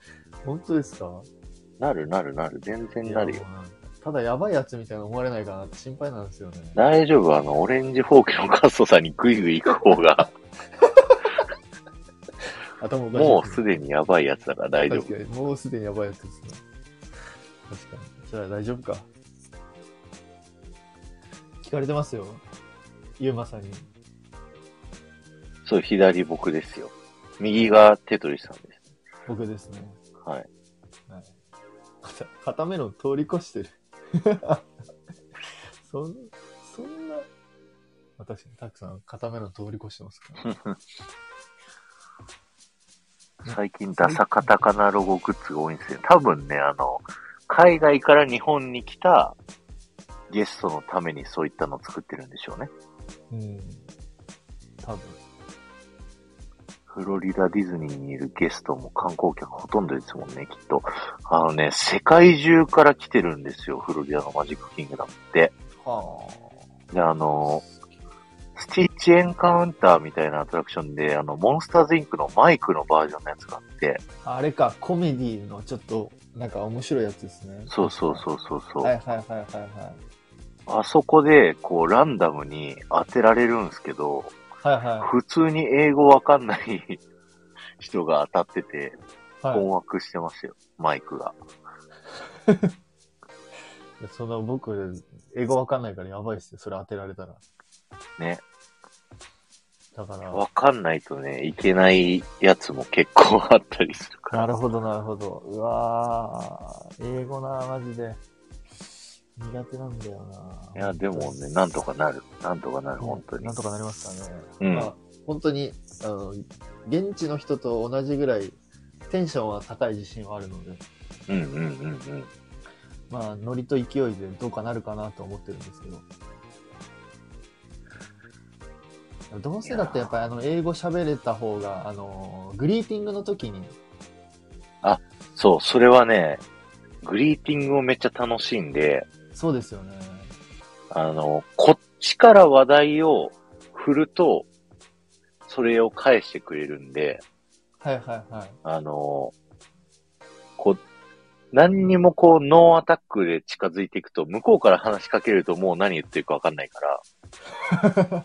[SPEAKER 2] 本当ですか
[SPEAKER 1] なるなるなる。全然なるよ。。
[SPEAKER 2] ただやばいやつみたいな思われないかなって心配なんですよね。
[SPEAKER 1] 大丈夫。あの、オレンジフォークのカストさんにグイグイ行く方 が、
[SPEAKER 2] 頭おかしい。
[SPEAKER 1] もうすでにやばいやつだから大丈
[SPEAKER 2] 確かにもうすでにやばいやつですね。確かに。じゃあ大丈夫か。聞かれてますよ。ゆうまさんに。
[SPEAKER 1] 夫。そう、左僕ですよ。右がテトリスさんです。
[SPEAKER 2] 僕ですね。
[SPEAKER 1] はい。
[SPEAKER 2] はい、片片目の通り越してる。 そん、そんな。私、たくさん片目の通り越してますから。
[SPEAKER 1] 最近、ダサカタカナロゴグッズが多いんですよ。多分ね、あの、海外から日本に来たゲストのためにそういったのを作ってるんでしょうね。
[SPEAKER 2] うん。多分。
[SPEAKER 1] フロリダディズニーにいるゲストも観光客ほとんどですもんね、きっと。あのね、世界中から来てるんですよ、フロリダのマジックキングダムって。
[SPEAKER 2] は
[SPEAKER 1] で、あの、スティッチエンカウンターみたいなアトラクションで、あの、モンスターズインクのマイクのバージョンのやつがあって、
[SPEAKER 2] あ。あれか、コメディのちょっと、なんか面白いやつですね。
[SPEAKER 1] そうそうそうそうそう、
[SPEAKER 2] はいはいはいはいはい。
[SPEAKER 1] あそこで、こう、ランダムに当てられるんですけど、
[SPEAKER 2] はいは
[SPEAKER 1] 普通に英語わかんない 人が当たってて、
[SPEAKER 2] い。はい
[SPEAKER 1] 困惑してましたよ、マイクが。
[SPEAKER 2] いやその僕、英語わかんないからやばいっすよ。それ当てられたら。
[SPEAKER 1] ね。
[SPEAKER 2] だから、
[SPEAKER 1] わかんないとね、いけないやつも結構あったりするから。
[SPEAKER 2] なるほどなるほど。うわー、英語な、マジで。苦手なんだよな。
[SPEAKER 1] いや、でもね、なんとかなる。なんとかなる、本当に
[SPEAKER 2] なん。とかなりますかね。
[SPEAKER 1] うん
[SPEAKER 2] まあ、本当にあの、現地の人と同じぐらいテンションは高い自信はあるので、
[SPEAKER 1] うんうんうんうん。
[SPEAKER 2] まあ、ノリと勢いでどうかなるかなと思ってるんですけど。どうせだってやっぱりあの英語喋れた方が、あの、グリーティングの時に、
[SPEAKER 1] そう、それはね、グリーティングもめっちゃ楽しいんで、
[SPEAKER 2] そうですよね。
[SPEAKER 1] あの、こっちから話題を振ると、それを返してくれるんで、
[SPEAKER 2] はいはいはい。
[SPEAKER 1] あの、こう、何にもこう、ノーアタックで近づいていくと、向こうから話しかけるともう何言ってるかわかんないから、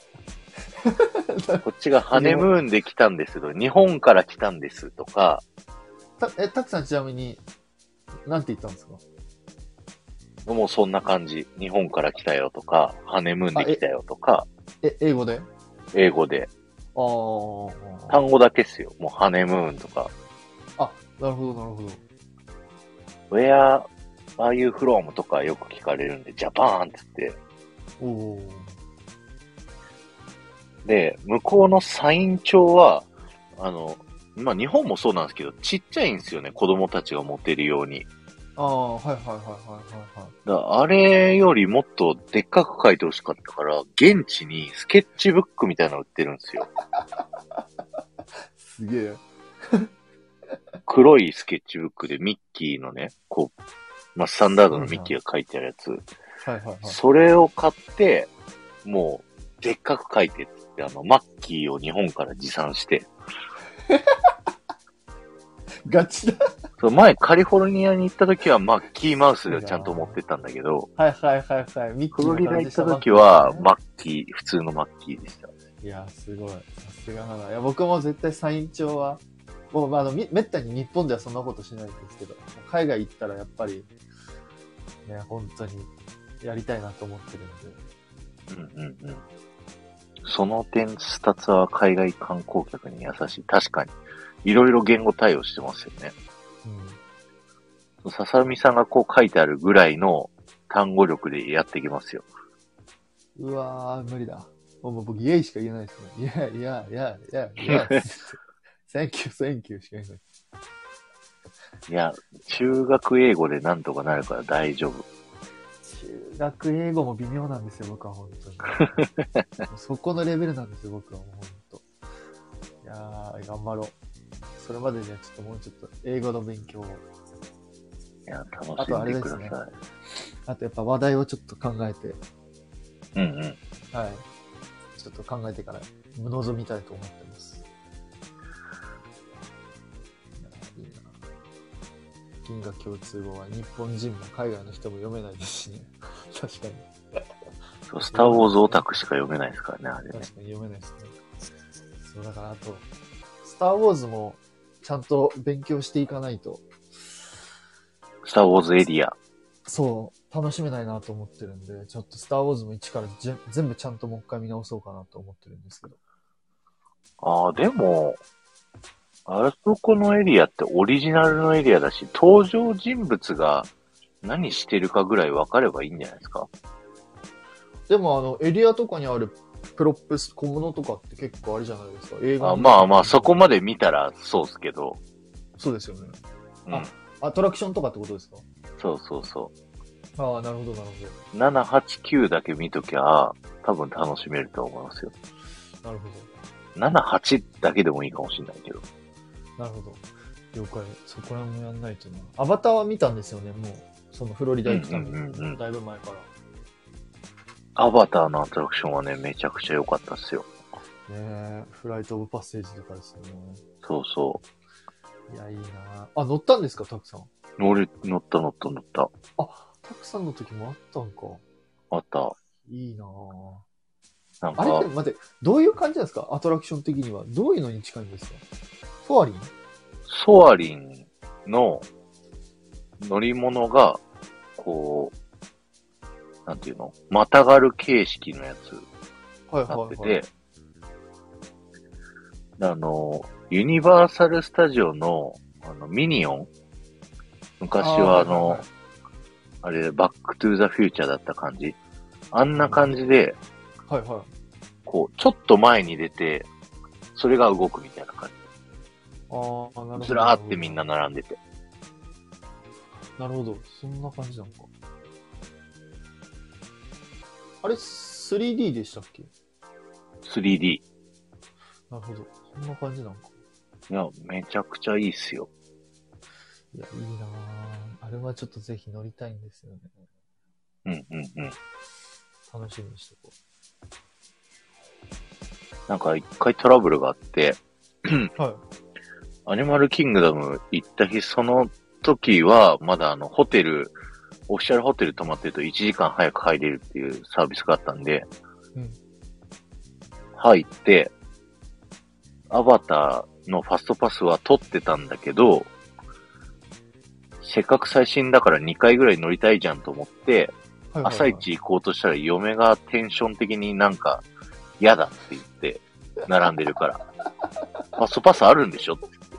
[SPEAKER 1] こっちがハネムーンで来たんですけど、日本から来たんですとか、
[SPEAKER 2] た、え、たくさんちなみに、なんて言ったんですか
[SPEAKER 1] もうそんな感じ。日本から来たよとか、ハネムーンで来たよとか、
[SPEAKER 2] え、英語で
[SPEAKER 1] 英語で。
[SPEAKER 2] あー。
[SPEAKER 1] 単語だけっすよ。もうハネムーンとか、
[SPEAKER 2] あ、なるほどなるほど。
[SPEAKER 1] Where are you from? とかよく聞かれるんで、ジャパンって言って、
[SPEAKER 2] おお。
[SPEAKER 1] で、向こうのサイン帳は、あの、まあ、日本もそうなんですけど、ちっちゃいんですよね、子供たちが持てるように。
[SPEAKER 2] ああ、はいはいはいはいはいはい。
[SPEAKER 1] だからあれよりもっとでっかく書いてほしかったから、現地にスケッチブックみたいなの売ってるんですよ。
[SPEAKER 2] すげえ。
[SPEAKER 1] 黒いスケッチブックでミッキーのね、こう、まあ、スタンダードのミッキーが書いてあるやつ。
[SPEAKER 2] はいはいはい。
[SPEAKER 1] それを買って、もう、でっかく書いてって言って、あの、マッキーを日本から持参して、
[SPEAKER 2] ガチだ。
[SPEAKER 1] その前カリフォルニアに行った時はマッキーマウスをちゃんと持ってったんだけど、
[SPEAKER 2] はいはいはいはい。ミッキ
[SPEAKER 1] フ
[SPEAKER 2] ー
[SPEAKER 1] ロ
[SPEAKER 2] の
[SPEAKER 1] リダ
[SPEAKER 2] 感
[SPEAKER 1] 行
[SPEAKER 2] じ
[SPEAKER 1] っ
[SPEAKER 2] した
[SPEAKER 1] た
[SPEAKER 2] バッ
[SPEAKER 1] 時
[SPEAKER 2] グだ
[SPEAKER 1] は、
[SPEAKER 2] ね
[SPEAKER 1] マッキー、普通のマッキーでした。
[SPEAKER 2] いや、すごい。さすがだな。いや、僕も絶対サイン帳は、もう、まあ、あの、みめったに日本ではそんなことしないんですけど、もう海外行ったらやっぱり、ね、本当にやりたいなと思ってるんで。
[SPEAKER 1] うんうんうん。その点、スタツは海外観光客に優しい。確かに。いろいろ言語対応してますよね。
[SPEAKER 2] うん。
[SPEAKER 1] 笹みさんがこう書いてあるぐらいの単語力でやってきますよ。
[SPEAKER 2] うわー、無理だ。もうもう僕、イエイしか言えないですね。いやいやいやいやいや。Thank you, thank you しか言えない。
[SPEAKER 1] いや、中学英語でなんとかなるから大丈夫。
[SPEAKER 2] 中学英語も微妙なんですよ、僕は本当に。そこのレベルなんですよ、僕はもう本当。いやー、頑張ろう。それまでにはちょっともうちょっと英語の勉強を。
[SPEAKER 1] いや、楽しんでください
[SPEAKER 2] あと。あとやっぱ話題をちょっと考えて、
[SPEAKER 1] うんうん。
[SPEAKER 2] はい。ちょっと考えてから臨みたいと思ってます。いやいいな銀河共通語は日本人も海外の人も読めないですしね。 確かに。
[SPEAKER 1] そう、スターウォーズオタクしか読めないですからね、あれね。
[SPEAKER 2] 確かに読めないですね。そう、だからあと、スター・ウォーズもちゃんと勉強していかないと、
[SPEAKER 1] スターウォーズエリア。
[SPEAKER 2] そう、楽しめないなと思ってるんで、ちょっとスター・ウォーズも一からぜ全部ちゃんともう一回見直そうかなと思ってるんですけど。
[SPEAKER 1] ああ、でも、あそこのエリアってオリジナルのエリアだし、登場人物が何してるかぐらい分かればいいんじゃないですか
[SPEAKER 2] でもあの、エリアとかにあるプロップス、小物とかって結構あれじゃないですか。映画
[SPEAKER 1] あまあまあ、そこまで見たらそうっすけど。
[SPEAKER 2] そうですよね。
[SPEAKER 1] うん。
[SPEAKER 2] アトラクションとかってことですか
[SPEAKER 1] そうそうそ
[SPEAKER 2] ああ、なるほど、なる
[SPEAKER 1] う。7、8、9だけ見ときゃ、多分楽しめると思いますよ。
[SPEAKER 2] ほど。なるほど。
[SPEAKER 1] 7、8だけでもいいかもしれないけど。
[SPEAKER 2] なるほど。了解。そこら辺もやんないとな。アバターは見たんですよね、もう。そのフロリダ行くため
[SPEAKER 1] うんうんうんう
[SPEAKER 2] に。
[SPEAKER 1] ん
[SPEAKER 2] だいぶ前から。
[SPEAKER 1] アバターのアトラクションはね、めちゃくちゃ良かったっすよ。
[SPEAKER 2] ねえ、フライト・オブ・パッセージとかですね。
[SPEAKER 1] そうそ
[SPEAKER 2] いや、いいなあ、乗ったんですか、たくさん。
[SPEAKER 1] う。乗れ、乗った乗った乗った。
[SPEAKER 2] あ、たくさんの時もあったんか。
[SPEAKER 1] また、
[SPEAKER 2] いいなぁ。
[SPEAKER 1] なん
[SPEAKER 2] あれっ
[SPEAKER 1] か
[SPEAKER 2] て、待って、どういう感じなんですかアトラクション的には。どういうのに近いんですかソアリン
[SPEAKER 1] ソアリンの乗り物が、こう、なんていうのまたがる形式のやつに
[SPEAKER 2] はい
[SPEAKER 1] なってて、
[SPEAKER 2] はいはい。
[SPEAKER 1] あの、ユニバーサル・スタジオのあのミニオン昔はあの、
[SPEAKER 2] はいはいはい
[SPEAKER 1] あれ、バック・トゥ・ザ・フューチャーだった感じあんな感じで、
[SPEAKER 2] はいはい。
[SPEAKER 1] こう、ちょっと前に出て、それが動くみたいな感
[SPEAKER 2] あーなるほど。
[SPEAKER 1] じ。ずらーってみんな並んでて。
[SPEAKER 2] なるほど。そんな感じなのか。あれ、3D でしたっけ
[SPEAKER 1] 3D。い
[SPEAKER 2] なるほど。そんな感じなのか。
[SPEAKER 1] や、めちゃくちゃいいっすよ。
[SPEAKER 2] いや、いいなぁ。あれはちょっとぜひ乗りたいんですよね。
[SPEAKER 1] うんうんうん。
[SPEAKER 2] 楽しみにしてこ
[SPEAKER 1] なんか一回トラブルがあって、
[SPEAKER 2] う。はい。
[SPEAKER 1] アニマルキングダム行った日、その時は、まだあの、ホテル、オフィシャルホテル泊まってると1時間早く入れるっていうサービスがあったんで、
[SPEAKER 2] うん
[SPEAKER 1] 入って、アバターのファストパスは取ってたんだけど、せっかく最新だから2回ぐらい乗りたいじゃんと思って、
[SPEAKER 2] はいはいはい
[SPEAKER 1] 朝。一行こうとしたら嫁がテンション的になんか嫌だって言って、並んでるから。パスパスあるんでしょって言って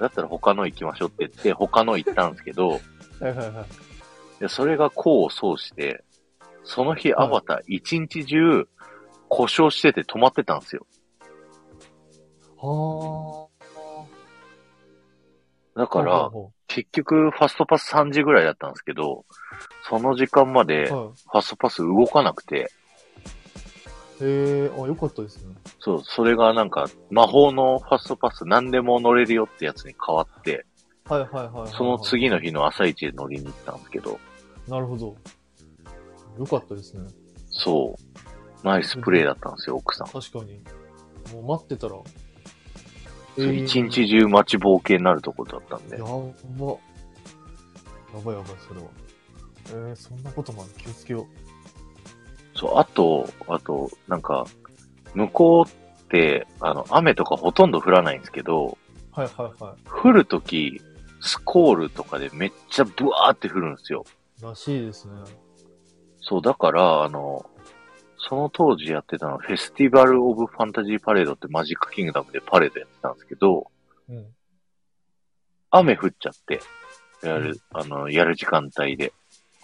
[SPEAKER 1] だったら他の行きましょうって言って、他の行ったんですけど、
[SPEAKER 2] はいはいはい。
[SPEAKER 1] でそれが功を奏して、その日アバター一日中故障してて止まってたんですよ。
[SPEAKER 2] は
[SPEAKER 1] だ
[SPEAKER 2] あ。
[SPEAKER 1] から
[SPEAKER 2] は、い
[SPEAKER 1] 結局ファストパス3時ぐらいだったんですけど、その時間まで
[SPEAKER 2] はい
[SPEAKER 1] フ
[SPEAKER 2] はい。
[SPEAKER 1] ァストパス動かなくて、
[SPEAKER 2] へえ、あ、よかったですね。
[SPEAKER 1] そう、それがなんか魔法のファストパス何でも乗れるよってやつに変わって、
[SPEAKER 2] はいはいはいはいはい。
[SPEAKER 1] その次の日の朝一で乗りに行ったんですけど、
[SPEAKER 2] なるほど。よかったですね。
[SPEAKER 1] そう、ナイスプレーだったんですよ、奥さん。
[SPEAKER 2] 確かに。もう待ってたら。
[SPEAKER 1] そ
[SPEAKER 2] え
[SPEAKER 1] う
[SPEAKER 2] ー
[SPEAKER 1] 一日中待ちぼうけになるとこだったんで
[SPEAKER 2] や、ば。やばいやばい、それは。えー、そんなことまで気をつけよ
[SPEAKER 1] そう、あと、あと、なんか、向こうって、あの、雨とかほとんど降らないんですけど、
[SPEAKER 2] う。はいはいは
[SPEAKER 1] 降るとき、スコールとかでめっちゃブワーって降るんですよ。
[SPEAKER 2] い。らしいですね。
[SPEAKER 1] そう、だから、あの、その当時やってたのは、フェスティバル・オブ・ファンタジー・パレードってマジック・キングダムでパレードやってたんですけど、
[SPEAKER 2] うん。
[SPEAKER 1] 雨降っちゃって、やる、あの、やる時間帯で。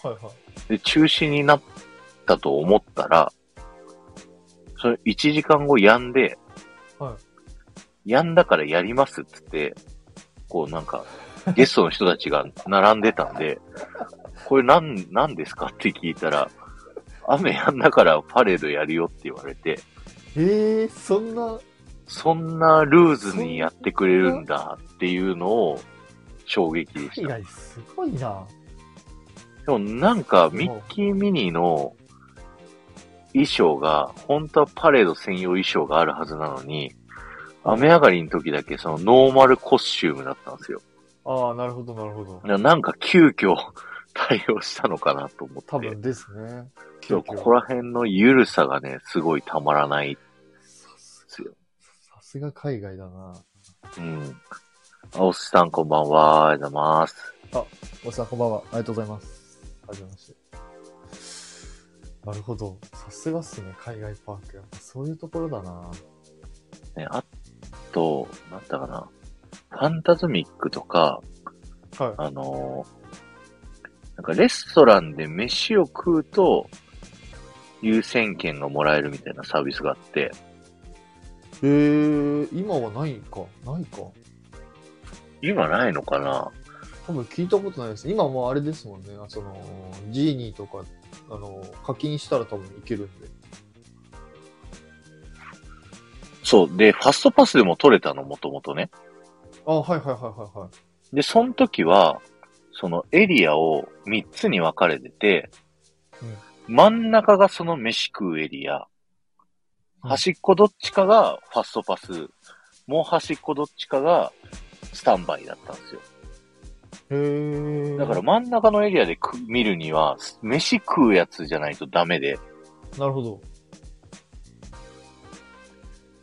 [SPEAKER 2] はいはい。
[SPEAKER 1] で、中止になったと思ったら、それ1時間後止んで、
[SPEAKER 2] は
[SPEAKER 1] 止んだからやりますっつって、こうなんか、ゲストの人たちが並んでたんで、これなん、なんですかって聞いたら、雨やんだからパレードやるよって言われて、
[SPEAKER 2] えー、そんな、
[SPEAKER 1] そんなルーズにやってくれるんだっていうのを衝撃でし
[SPEAKER 2] 海
[SPEAKER 1] た。
[SPEAKER 2] 外すごいな。
[SPEAKER 1] でもなんか、ミッキー・ミニーの衣装が、本当はパレード専用衣装があるはずなのに、雨上がりの時だけそのノーマルコスチュームだったんですよ。
[SPEAKER 2] ああ、なるほどなるほど
[SPEAKER 1] だか。らなんか急遽対応したのかなと思って。
[SPEAKER 2] 多分ですね。
[SPEAKER 1] そうここら辺のゆるさがね、すごいたまらない
[SPEAKER 2] さ
[SPEAKER 1] ですよ。
[SPEAKER 2] さすが海外だな。
[SPEAKER 1] うん。青瀬さんこんばんは。ありがとうございます。
[SPEAKER 2] おじさん、こんばんは。ありがとうございます。ありがとうございました。なるほど。さすがっすね、海外パーク。やっぱそういうところだな。
[SPEAKER 1] ね、あと、なんだかな。ファンタズミックとか、
[SPEAKER 2] は
[SPEAKER 1] あのーなんかレストランで飯を食うと、優先権がもらえるみたいなサービスがあって、
[SPEAKER 2] い。えー、今はないか。ないか。
[SPEAKER 1] 今ないのかな
[SPEAKER 2] 多分聞いたことないです。今もうあれですもんね。あその、ジーニーとか、あの、課金したら多分いけるんで。
[SPEAKER 1] そう。で、ファストパスでも取れたの、もともとね。
[SPEAKER 2] あ、はいはいはいはいはい。
[SPEAKER 1] で、その時は、そのエリアを3つに分かれてて、真ん中がその飯食うエリア、
[SPEAKER 2] うん
[SPEAKER 1] 端っこどっちかがファストパス、もう端っこどっちかがスタンバイだったんですよ。
[SPEAKER 2] えへえ。
[SPEAKER 1] だから、真ん中のエリアでく見るには、飯食うやつじゃないとダメで、
[SPEAKER 2] なるほど。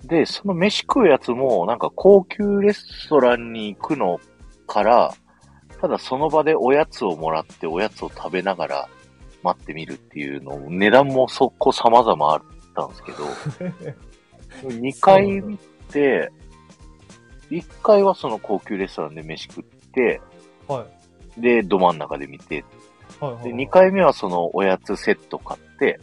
[SPEAKER 1] で、その飯食うやつも、なんか高級レストランに行くのから、ただその場でおやつをもらって、おやつを食べながら待ってみるっていうのを、値段もそこ様々あったんですけど、2回見て、1回はその高級レストランで飯食って、
[SPEAKER 2] はい。
[SPEAKER 1] で、ど真ん中で見て、
[SPEAKER 2] はい、はい。
[SPEAKER 1] で、2。回目はそのおやつセット買って、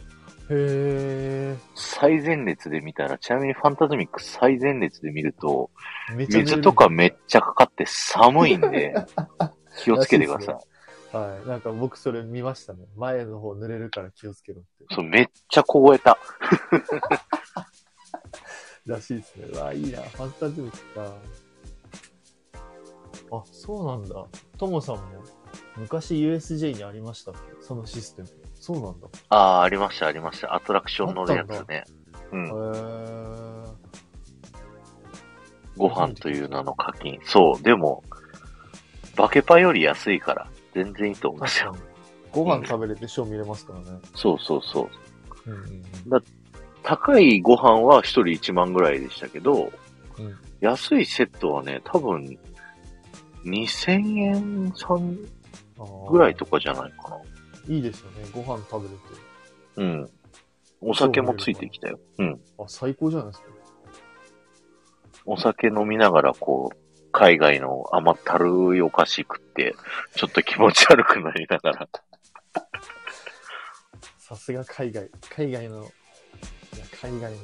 [SPEAKER 2] へ
[SPEAKER 1] 最前列で見たら、ちなみにファンタズミック最前列で見ると、
[SPEAKER 2] え。めっちゃ寝れる
[SPEAKER 1] 水とかめっちゃかかって寒いん で、気をつけてください。
[SPEAKER 2] はい。なんか僕それ見ましたね。前の方濡れるから気をつけろって。
[SPEAKER 1] そう、めっちゃ凍えた。
[SPEAKER 2] らしいですね。うわ、いいな。ファンタジーか。あ、そうなんだ。ともさんも昔 USJ にありましたっけそのシステム。そうなんだ。
[SPEAKER 1] ああ、ありました、ありました。アトラクションのやつね。うん。
[SPEAKER 2] へえ。
[SPEAKER 1] ご飯という名の課金。そう、でも、バケパより安いから、全然いいと思います
[SPEAKER 2] 確か
[SPEAKER 1] よ。
[SPEAKER 2] に。ご飯食べれてショー見れますからね。
[SPEAKER 1] そうそうそう。
[SPEAKER 2] うんうん
[SPEAKER 1] 高いご飯は1人1万ぐらいでしたけど、
[SPEAKER 2] うん
[SPEAKER 1] 安いセットはね、多分、2000円さん
[SPEAKER 2] うん。
[SPEAKER 1] ぐらいと
[SPEAKER 2] あ
[SPEAKER 1] かじゃないかな。
[SPEAKER 2] ー。いいですよね。ご飯食べれて。
[SPEAKER 1] うん。お酒もついてきたよ。うん。
[SPEAKER 2] あ、最高じゃないですか。
[SPEAKER 1] お酒飲みながら、こう、海外の甘ったるいお菓子食って、ちょっと気持ち悪くなりながら。
[SPEAKER 2] さすが海外。海外の、いや、海外の、さ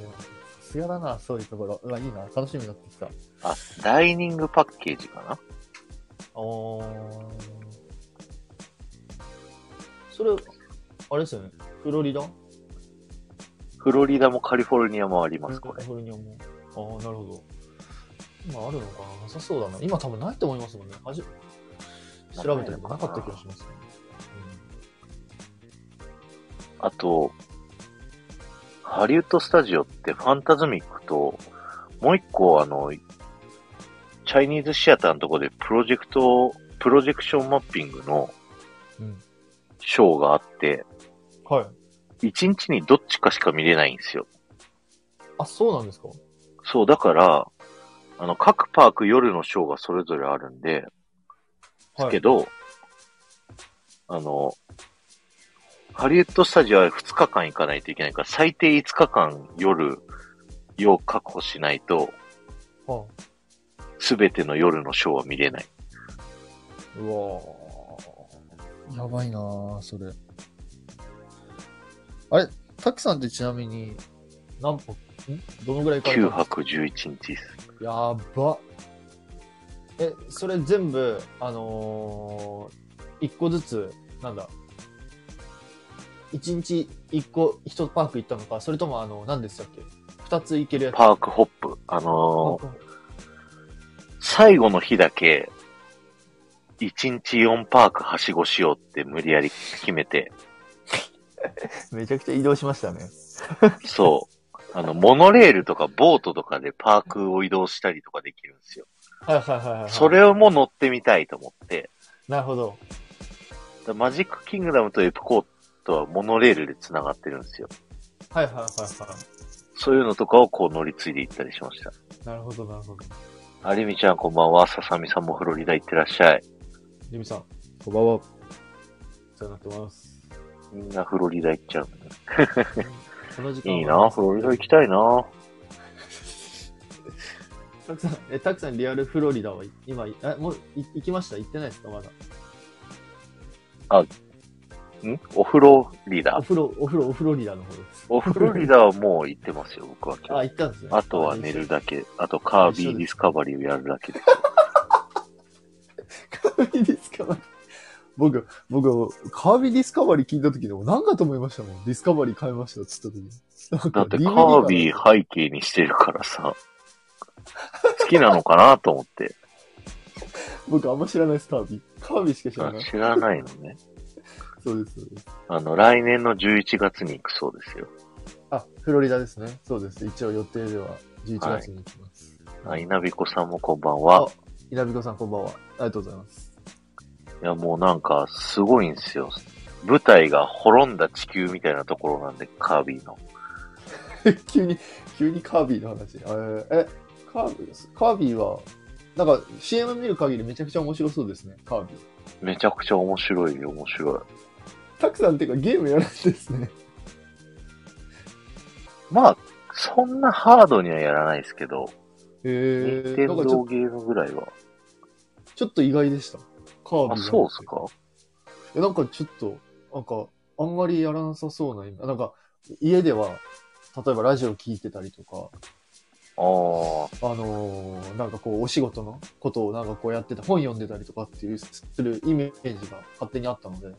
[SPEAKER 2] すがだな、そういうところ。うわ、いいな。楽しみになってきた。
[SPEAKER 1] あ、ダイニングパッケージかな
[SPEAKER 2] おー。それ、あれですよね。フロリダ
[SPEAKER 1] フロリダもカリフォルニアもあります、これ。
[SPEAKER 2] フロリダも。あー、なるほど。今あるのかななさそうだな。今多分ないと思いますもんね。はじ調べてもなかった気がします、ね。
[SPEAKER 1] あと、ハリウッドスタジオってファンタズミックと、もう一個あの、チャイニーズシアターのとこでプロジェクト、プロジェクションマッピングの
[SPEAKER 2] うん。うん。
[SPEAKER 1] ショーがあって、
[SPEAKER 2] はい。
[SPEAKER 1] 一日にどっちかしか見れないんですよ。
[SPEAKER 2] あ、そうなんですか
[SPEAKER 1] そう、だから、あの、各パーク夜のショーがそれぞれあるんで、
[SPEAKER 2] はい。
[SPEAKER 1] けど、あの、ハリウッドスタジオは2日間行かないといけないから、最低5日間夜を確保しないと、
[SPEAKER 2] は
[SPEAKER 1] すべての夜のショーは見れない。
[SPEAKER 2] あ、うわーやばいなーそれ。あれ、たくさんってちなみに、何泊、んどのぐらい行かれた
[SPEAKER 1] 9
[SPEAKER 2] んですか
[SPEAKER 1] 泊11日です。
[SPEAKER 2] やば。え、それ全部、あのー、1個ずつ、なんだ、1日1個、1パーク行ったのか、それとも、あの、何でしたっけ ?2 つ行けるやつ。
[SPEAKER 1] パークホップ。あのー最後の日だけ、1日4パークはしごしようって無理やり決めて、
[SPEAKER 2] めちゃくちゃ移動しましたね。
[SPEAKER 1] そう。あの、モノレールとかボートとかでパークを移動したりとかできるんですよ。
[SPEAKER 2] はいはいはい、はい。
[SPEAKER 1] それをも乗ってみたいと思って、
[SPEAKER 2] なるほど。
[SPEAKER 1] だマジックキングダムとエプコートはモノレールで繋がってるんですよ。
[SPEAKER 2] はいはいはいはい。
[SPEAKER 1] そういうのとかをこう乗り継いで行ったりしました。
[SPEAKER 2] なるほど、なるほど。
[SPEAKER 1] ありみちゃんこんばんは。ささみさんもフロリダ行ってらっしゃい。
[SPEAKER 2] リミさん、こんばんは。お世話になってます。
[SPEAKER 1] みんなフロリダ行っちゃうのね。
[SPEAKER 2] この時間
[SPEAKER 1] いいな、フロリダ行きたいな。
[SPEAKER 2] たくさん、え、たくさんリアルフロリダは今、え、もうい行きました行ってないですかまだ。
[SPEAKER 1] んお風呂リ
[SPEAKER 2] お
[SPEAKER 1] ダ。
[SPEAKER 2] 風呂、お風呂、お風呂リダの方です。
[SPEAKER 1] お風呂リダはもう行ってますよ、僕は
[SPEAKER 2] あ、
[SPEAKER 1] 今日。
[SPEAKER 2] 行ったんですね。
[SPEAKER 1] あとは寝るだけ。あとカービィディスカバリーをやるだけで。
[SPEAKER 2] カービィディスカバリー。僕、僕、カービィディスカバリー聞いた時でも何かと思いましたもん。ディスカバリー買いましたっつった時に。なん
[SPEAKER 1] だ
[SPEAKER 2] か
[SPEAKER 1] ってカ
[SPEAKER 2] DVD
[SPEAKER 1] ービィ背景にしてるからさ、好きなのかなと思って。
[SPEAKER 2] 僕あんま知らないです、カービィ。カービィしか知ら
[SPEAKER 1] あ
[SPEAKER 2] ない。
[SPEAKER 1] 知らないのね。
[SPEAKER 2] そうです、そうです。
[SPEAKER 1] あの、来年の11月に行くそうですよ。
[SPEAKER 2] あ、フロリダですね。そうです。一応予定では11月に行きます。
[SPEAKER 1] あ、稲びこさんもこんばんは
[SPEAKER 2] あ。稲彦さんこんばんは。ありがとうございます。
[SPEAKER 1] いや、もうなんか、すごいんですよ。舞台が滅んだ地球みたいなところなんで、カービィの。
[SPEAKER 2] 急に、急にカービィの話。えーえ、カービィ、カービィは、なんか CM 見る限りめちゃくちゃ面白そうですね、カービィ。
[SPEAKER 1] めちゃくちゃ面白いよ、面白い。
[SPEAKER 2] たくさんっていうかゲームやらないですね。
[SPEAKER 1] まあ、そんなハードにはやらないですけど、
[SPEAKER 2] へ
[SPEAKER 1] 任
[SPEAKER 2] え
[SPEAKER 1] 天
[SPEAKER 2] なんかち
[SPEAKER 1] 堂
[SPEAKER 2] ょ
[SPEAKER 1] ゲームぐらいは。
[SPEAKER 2] ちょっと意外でした。カー
[SPEAKER 1] あ、
[SPEAKER 2] ビィなんて。
[SPEAKER 1] そうっすか
[SPEAKER 2] え、なんかちょっと、なんか、あんまりやらなさそうなイメージ、なんか、家では、例えばラジオ聞いてたりとか、
[SPEAKER 1] ああ、
[SPEAKER 2] あのーなんかこう、お仕事のことをなんかこうやってて、本読んでたりとかっていう、するイメージが勝手にあったので、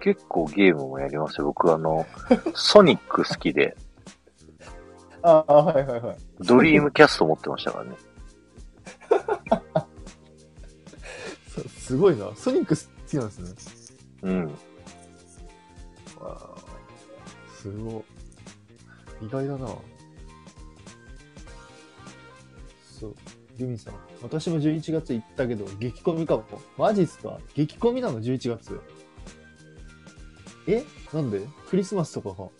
[SPEAKER 1] 結構ゲームもやりますよ。僕あの、 ソニック好きで、
[SPEAKER 2] ああ、はいはいはい。
[SPEAKER 1] ドリームキャスト持ってましたからね。
[SPEAKER 2] すすごいな。ソニック好きなんですね。
[SPEAKER 1] うん。
[SPEAKER 2] わあすごい。意外だな。そう。ルミさん。私も11月行ったけど、激コミかも。マジっすか激コミなの ?11 月。えなんでクリスマスとかか。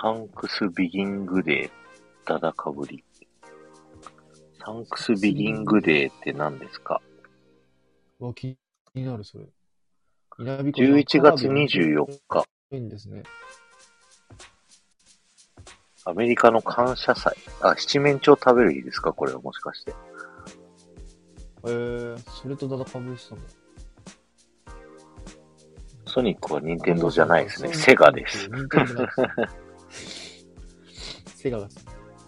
[SPEAKER 1] サンクスビギングデー、ダダかぶり。サンクスビギングデーって何ですか
[SPEAKER 2] うわ、気になる、それ。稲びこさん
[SPEAKER 1] ?11 月24日、
[SPEAKER 2] いいんですね。
[SPEAKER 1] アメリカの感謝祭。あ、七面鳥食べる日ですかこれはもしかして。
[SPEAKER 2] えー、それとだだかぶりしたもん。
[SPEAKER 1] ソニックは任天堂じゃないですね。
[SPEAKER 2] そう
[SPEAKER 1] セガです。。
[SPEAKER 2] 任天堂じゃないです セガが。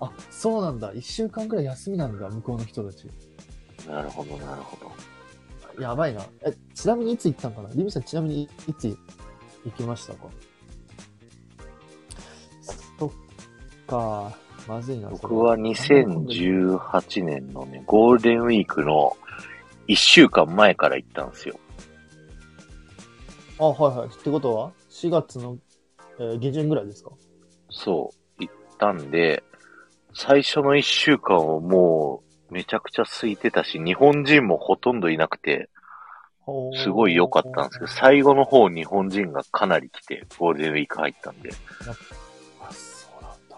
[SPEAKER 2] あ、そうなんだ。一週間くらい休みなんだ、向こうの人たち。
[SPEAKER 1] なるほど、なるほど。
[SPEAKER 2] やばいな。え、ちなみにいつ行ったんかなリミさん、ちなみにいつ行きましたかそっか。まずいな。
[SPEAKER 1] 僕は2018年のね、ゴールデンウィークの1週間前から行ったんですよ。
[SPEAKER 2] それあ、はいはい。ってことは ?4 月の、えー下旬ぐらいですか
[SPEAKER 1] そう、行ったんで、最初の1週間をもうめちゃくちゃ空いてたし、日本人もほとんどいなくて、すごい良かったんですけど、最後の方日本人がかなり来て、ゴールデンウィーク入ったんで、
[SPEAKER 2] あ、そうなんだ。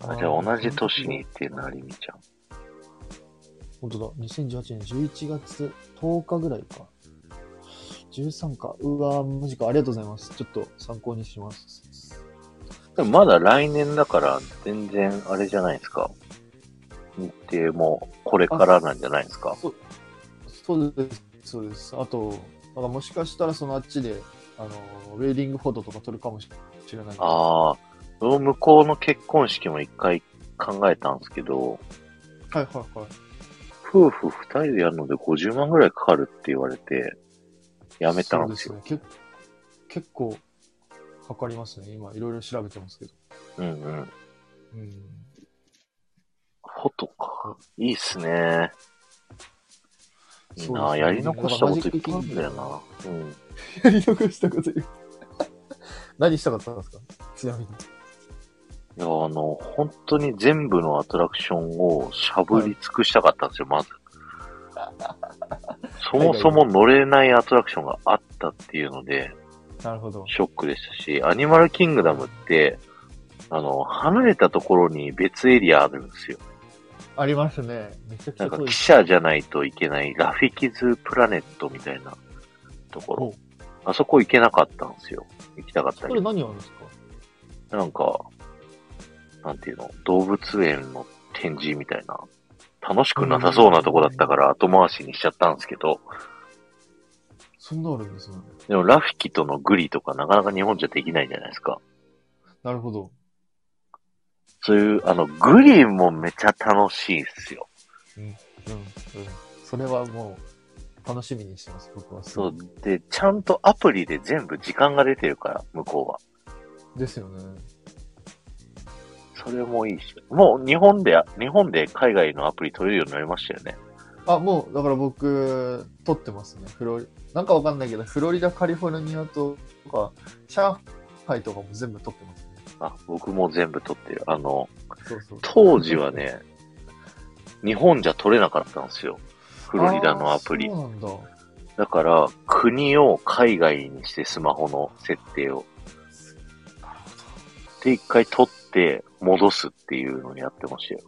[SPEAKER 1] あじゃあ同じ年に行ってんな、りみちゃん。
[SPEAKER 2] 本当だ。2018年11月10日ぐらいか。13か。うわー、マジか。ありがとうございます。ちょっと参考にします。
[SPEAKER 1] でもまだ来年だから、全然あれじゃないですか。日程もこれからなんじゃないですか。
[SPEAKER 2] そうそうです。そうです。あと、なんかもしかしたらそのあっちで、あの、ウェディングフォトとか撮るかもしれない。
[SPEAKER 1] ああ、その向こうの結婚式も一回考えたんですけど、
[SPEAKER 2] はいはいはい。
[SPEAKER 1] 夫婦二人でやるので50万ぐらいかかるって言われて、やめたんですよ。
[SPEAKER 2] そうね。け結構かかりますね。今いろいろ調べてますけど。
[SPEAKER 1] うんうん。
[SPEAKER 2] うん。
[SPEAKER 1] フォトか。いいっすね。いい
[SPEAKER 2] そうです
[SPEAKER 1] な、
[SPEAKER 2] ね
[SPEAKER 1] やり残したこといっぱいあるんだよな。うん。
[SPEAKER 2] やり残したこと言う。何したかったんですかちなみに。
[SPEAKER 1] いや、あの、本当に全部のアトラクションをしゃぶり尽くしたかったんですよ、 まず。そもそも乗れないアトラクションがあったっていうので、
[SPEAKER 2] なるほど。
[SPEAKER 1] ショックでしたし、アニマルキングダムって、あの、離れたところに別エリアあるんですよ。
[SPEAKER 2] ありますね。めちゃくち
[SPEAKER 1] なん
[SPEAKER 2] ゃ
[SPEAKER 1] か
[SPEAKER 2] 遠い
[SPEAKER 1] 汽。車じゃないといけないラフィキズプラネットみたいなところ。あそこ行けなかったんですよ。行きたかった
[SPEAKER 2] こ
[SPEAKER 1] け
[SPEAKER 2] れ
[SPEAKER 1] ど。
[SPEAKER 2] 何あるんですか
[SPEAKER 1] なんか、なんていうの、動物園の展示みたいな、楽しくなさそうなとこだったから後回しにしちゃったんですけど、
[SPEAKER 2] そんなあるんですね。
[SPEAKER 1] でもラフィキとのグリとかなかなか日本じゃできないじゃないですか。
[SPEAKER 2] なるほど。
[SPEAKER 1] そういう、あの、グリもめちゃ楽しいっすよ。
[SPEAKER 2] うん、うん。それはもう、楽しみにしてます、僕は。
[SPEAKER 1] そう。。で、ちゃんとアプリで全部時間が出てるから、向こうは。
[SPEAKER 2] ですよね。
[SPEAKER 1] それもいいし。もう日本で、日本で海外のアプリ取れるようになりましたよね。
[SPEAKER 2] あ、もう、だから僕、撮ってますね。フロリ、なんかわかんないけど、フロリダ、カリフォルニアとか、上海とかも全部撮ってますね。
[SPEAKER 1] あ、僕も全部取ってる。あの、
[SPEAKER 2] そうそう。
[SPEAKER 1] 当時はね、日本じゃ取れなかったんですよ。フ
[SPEAKER 2] フ
[SPEAKER 1] ロリダのアプリ
[SPEAKER 2] そ。うなんだ。
[SPEAKER 1] だから、国を海外にしてスマホの設定を。で、一回取って戻すっていうのをやってましたよ。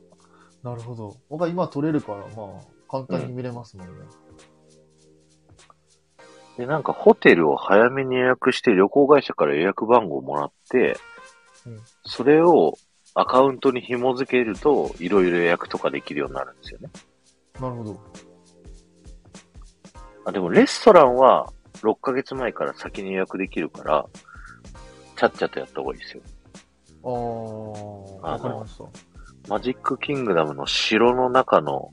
[SPEAKER 2] なるほど。僕は今撮れるから、まあ、簡単に見れますもんね。
[SPEAKER 1] で、なんかホテルを早めに予約して旅行会社から予約番号をもらって
[SPEAKER 2] うん、
[SPEAKER 1] それをアカウントに紐付けると、いろいろ予約とかできるようになるんですよね。
[SPEAKER 2] なるほど。
[SPEAKER 1] あ、でもレストランは6ヶ月前から先に予約できるから、ちゃっちゃとやった方がいいですよ。
[SPEAKER 2] あ
[SPEAKER 1] あ
[SPEAKER 2] あ、
[SPEAKER 1] の
[SPEAKER 2] わかりました。
[SPEAKER 1] マジックキングダムの城の中の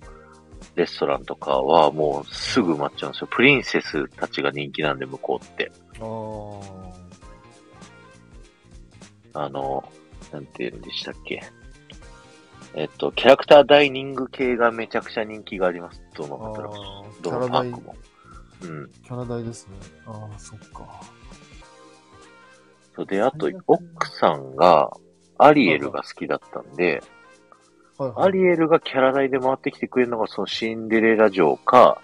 [SPEAKER 1] レストランとかはもうすぐ埋まっちゃうんですよ。プリンセスたちが人気なんで向こうって。
[SPEAKER 2] ああ、
[SPEAKER 1] あの、なんて言うんでしたっけ。えっと、キャラクターダイニング系がめちゃくちゃ人気があります。どの
[SPEAKER 2] あ
[SPEAKER 1] パラ
[SPEAKER 2] ーキ
[SPEAKER 1] ど
[SPEAKER 2] ャ
[SPEAKER 1] の
[SPEAKER 2] ラ
[SPEAKER 1] パ
[SPEAKER 2] 代
[SPEAKER 1] ーク、も。うん。
[SPEAKER 2] キャラ代ですね。ああ、そっか。
[SPEAKER 1] そうで、あと
[SPEAKER 2] 最悪、
[SPEAKER 1] 奥さんがアリエルが好きだったんで、
[SPEAKER 2] はいはい、
[SPEAKER 1] アリエルがキャラ代で回ってきてくれるのが、そのシンデレラ城か、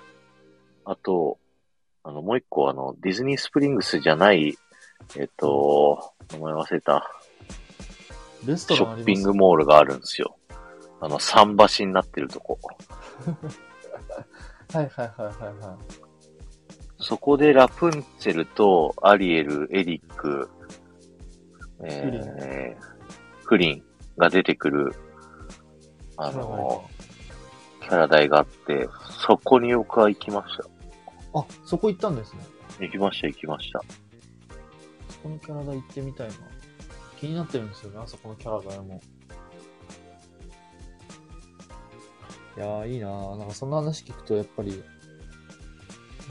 [SPEAKER 1] あと、あの、もう一個、あの、ディズニースプリングスじゃない、えっと、名前忘れた、
[SPEAKER 2] レスト
[SPEAKER 1] シ
[SPEAKER 2] ラ
[SPEAKER 1] ョ
[SPEAKER 2] ンあ
[SPEAKER 1] ッ
[SPEAKER 2] ります
[SPEAKER 1] ピングモールがあるんですよ。あの、桟橋になってるとこ。
[SPEAKER 2] はいはいはいはいはい。
[SPEAKER 1] そこでラプンツェルとアリエル、エリック、えー、フリンが出てくる、あの、キャラ代があって、そこに僕は行きました。
[SPEAKER 2] あ、そこ行ったんですね。
[SPEAKER 1] 行きました、行きました。
[SPEAKER 2] そこのキャラ代行ってみたいな。気になってるんですよね、あそこのキャラ代も。いやー、いいなー。なんかそんな話聞くと、やっぱり、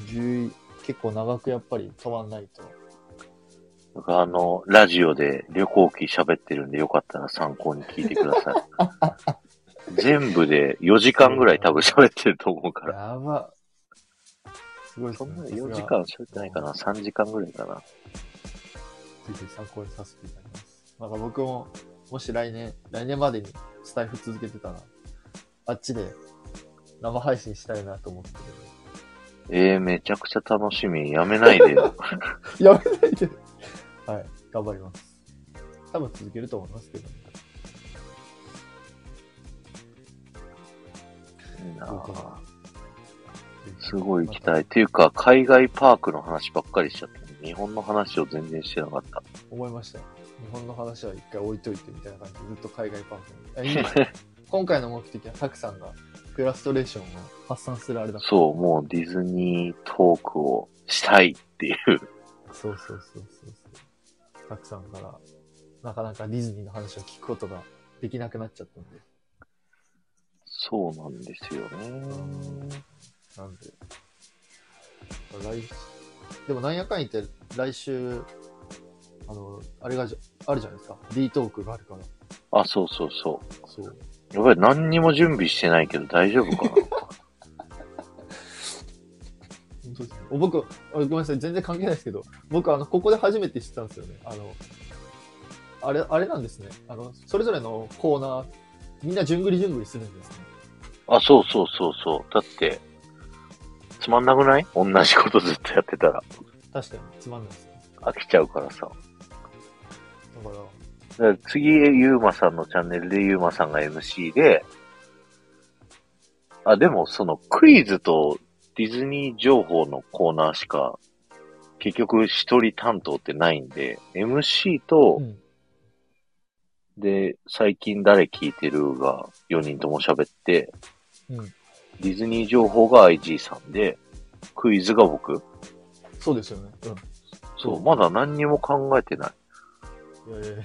[SPEAKER 2] 10結構長くやっぱり飛ばんないと。
[SPEAKER 1] 僕あの、ラジオで旅行記喋ってるんで、よかったら参考に聞いてくださ い。全部で4時間ぐらい多分喋ってると思うから。
[SPEAKER 2] やば。すごいです
[SPEAKER 1] そん
[SPEAKER 2] ね。
[SPEAKER 1] な
[SPEAKER 2] さすが
[SPEAKER 1] 4時間喋ってないかな ?3 時間ぐらいかな
[SPEAKER 2] ぜひ参考にさせていただきます。なんか僕も、もし来年、来年までにスタイフ続けてたら、あっちで生配信したいなと思って
[SPEAKER 1] えー、めちゃくちゃ楽しみ。やめないでよ。
[SPEAKER 2] る。やめないで。 はい、頑張ります。多分続けると思いますけど、ね。
[SPEAKER 1] いいな
[SPEAKER 2] そう
[SPEAKER 1] ぁ
[SPEAKER 2] か
[SPEAKER 1] すごい行きたい。っていうか、海外パークの話ばっかりしちゃったね。日本の話を全然してなかった。
[SPEAKER 2] 思いました。日本の話は一回置いといてみたいな感じでずっと海外パークに あいいですね。今回の目的は、たくさんがフラストレーションを発散するあれだ
[SPEAKER 1] そう、もうディズニートークをしたいっていう。
[SPEAKER 2] そうそうそうそうそう。たくさんから、なかなかディズニーの話を聞くことができなくなっちゃったんで。
[SPEAKER 1] そうなんですよね。
[SPEAKER 2] なんで。来、でもなんやかん言って、来週、あの、あれがじゃ、あるじゃないですか。D トークがあるから。
[SPEAKER 1] あ、そうそうそう。
[SPEAKER 2] そう。
[SPEAKER 1] やばい、何にも準備してないけど大丈夫か な
[SPEAKER 2] 本当ですね。お僕、あごめんなさい、全然関係ないですけど、僕、あの、ここで初めて知ったんですよね。あの、あれ、あれなんですね。あの、それぞれのコーナー、みんなじゅんぐりじゅんぐりするんですね。
[SPEAKER 1] あ、そうそうそうそう。だって、つまんなくない同じことずっとやってたら
[SPEAKER 2] 確かに、つまんないですね。
[SPEAKER 1] 飽きちゃうからさ。
[SPEAKER 2] だから、
[SPEAKER 1] だから次、ゆうまさんのチャンネルでゆうまさんが MC で、あ、でもそのクイズとディズニー情報のコーナーしか、結局一人担当ってないんで、MC と、
[SPEAKER 2] うん
[SPEAKER 1] で、最近誰聞いてるが4人とも喋って、
[SPEAKER 2] うん
[SPEAKER 1] ディズニー情報が IG さんで、クイズが僕。
[SPEAKER 2] そうですよね。う
[SPEAKER 1] そう、
[SPEAKER 2] うん
[SPEAKER 1] まだ何にも考えてない。
[SPEAKER 2] ん。いやいやいや、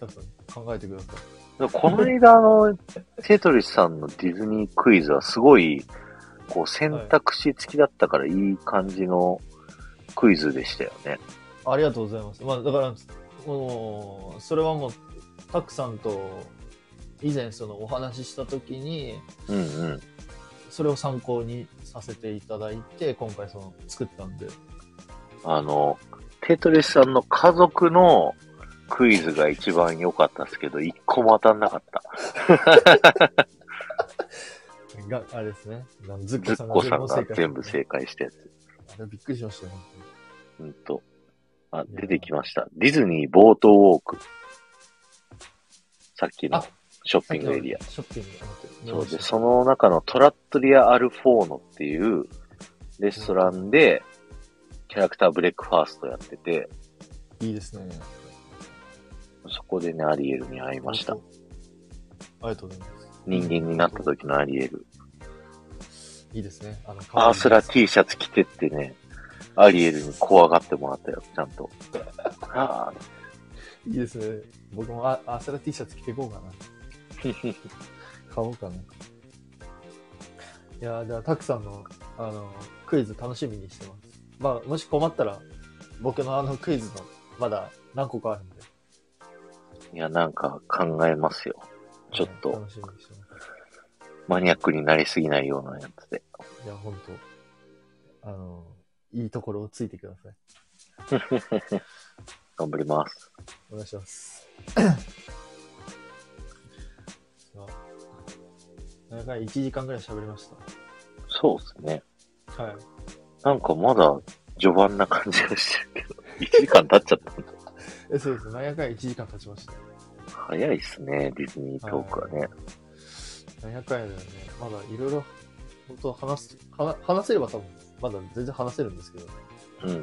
[SPEAKER 2] たくさん考えてください。
[SPEAKER 1] だからこの間、あの、テトリスさんのディズニークイズはすごい、こう選択肢付きだったからいい感じのクイズでしたよね。
[SPEAKER 2] ありがとうございます。まあ、だから、もう、それはもう、たくさんと、以前そのお話ししたときに、
[SPEAKER 1] うんうん。
[SPEAKER 2] それを参考にさせていただいて、今回その作ったんで。
[SPEAKER 1] あの、テトリスさんの家族のクイズが一番良かったですけど、一個も当たんなかった。
[SPEAKER 2] が、あれですね。ずっ
[SPEAKER 1] ず
[SPEAKER 2] こ
[SPEAKER 1] っ
[SPEAKER 2] さん
[SPEAKER 1] こさんが
[SPEAKER 2] が
[SPEAKER 1] 全部正解したやつ。
[SPEAKER 2] 解。あれびっくりしましたよ、本
[SPEAKER 1] うんと。あ、出てきました。ディズニーボートウォーク。さっきの
[SPEAKER 2] あ
[SPEAKER 1] ショッ
[SPEAKER 2] 当
[SPEAKER 1] ピ
[SPEAKER 2] に
[SPEAKER 1] ングエリア。。
[SPEAKER 2] ショッピングエリア。
[SPEAKER 1] そうで、そ
[SPEAKER 2] の、
[SPEAKER 1] の中のトラットリア・アルフォーノっていうレストランで、キャラクターブレックファーストやってて、
[SPEAKER 2] いいですね。
[SPEAKER 1] そこでね、アリエルに会いました
[SPEAKER 2] あ。りがとうございます。
[SPEAKER 1] 人間になった時のアリエル。
[SPEAKER 2] いいですね。あの、
[SPEAKER 1] アースラ
[SPEAKER 2] テ
[SPEAKER 1] T シャツ着てってね、アリエルに怖がってもらったよ、ちゃんと。あ
[SPEAKER 2] いいですね。僕もアアースラ T シャツ着ていこうかな。
[SPEAKER 1] ー
[SPEAKER 2] 買おうかな。いやーじゃあ、たくさんの、あの、クイズ楽しみにしてます。まあ、もし困ったら、僕のあのクイズの、まだ何個かあるんで。
[SPEAKER 1] いや、なんか考えますよ。ちょっ
[SPEAKER 2] はい
[SPEAKER 1] と
[SPEAKER 2] 楽しみにしてま
[SPEAKER 1] マニアックになりすぎないようなやつで。
[SPEAKER 2] す。いや、本当あの、いいところをついてください。
[SPEAKER 1] 頑張ります。
[SPEAKER 2] お願いします。 さあなんか1時間ぐらい喋りまし
[SPEAKER 1] そうですね。
[SPEAKER 2] た。はい。
[SPEAKER 1] なんかまだ序盤な感じがしてるけど、1時間経っちゃったんだ。
[SPEAKER 2] え、そうです。なんやかんや1時間経ちました。
[SPEAKER 1] 早いっすね、ディズニートークはね。
[SPEAKER 2] 何百回だよね。まだいろいろ、本当は話す、話話せれば多分、まだ全然話せるんですけど、ぜ
[SPEAKER 1] うんう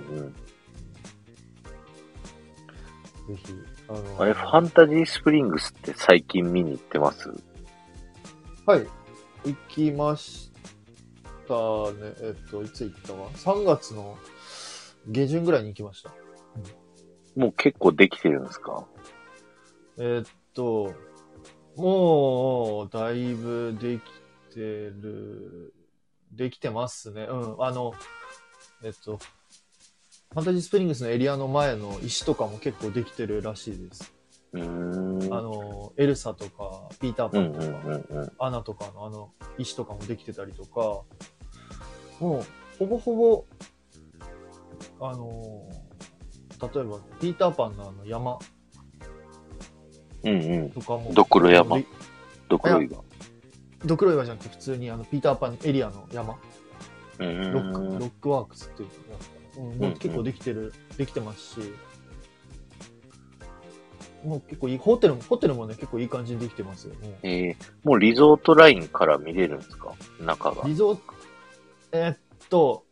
[SPEAKER 1] ん。
[SPEAKER 2] ひ、あの、
[SPEAKER 1] あれ、ファンタジースプリングスって最近見に行ってます
[SPEAKER 2] はい、行きましたね。えっと、いつ行ったわ ?3 月の下旬ぐらいに行きました。
[SPEAKER 1] もう結構できてるんですか
[SPEAKER 2] えっと、もう、だいぶできてる、できてますね。うん。あの、えっと、ファンタジースプリングスのエリアの前の石とかも結構できてるらしいです。
[SPEAKER 1] うーん。
[SPEAKER 2] あの、エルサとか、ピーター
[SPEAKER 1] う
[SPEAKER 2] パ
[SPEAKER 1] ん
[SPEAKER 2] ン
[SPEAKER 1] う
[SPEAKER 2] とか、
[SPEAKER 1] んうんうん。
[SPEAKER 2] アナとかのあの、石とかもできてたりとか、もう、ほぼほぼ、あの、例えば、ピーターパンのあの山
[SPEAKER 1] うんうん。
[SPEAKER 2] とかも、
[SPEAKER 1] ドクロ山
[SPEAKER 2] あので
[SPEAKER 1] どこよりが。
[SPEAKER 2] ドクロ岩じゃなくて普通にあのピーターパンエリアの山、
[SPEAKER 1] うーん。
[SPEAKER 2] ロックロックワークスっていうのが、うん、も
[SPEAKER 1] んう
[SPEAKER 2] う
[SPEAKER 1] ん
[SPEAKER 2] 結構できてる、できてますし、もう結構いい、ホテルも、ホテルもね、結構いい感じにできてますよ。もう
[SPEAKER 1] えー、もうリゾートラインから見れるんですか中が。
[SPEAKER 2] リゾート、えーっと、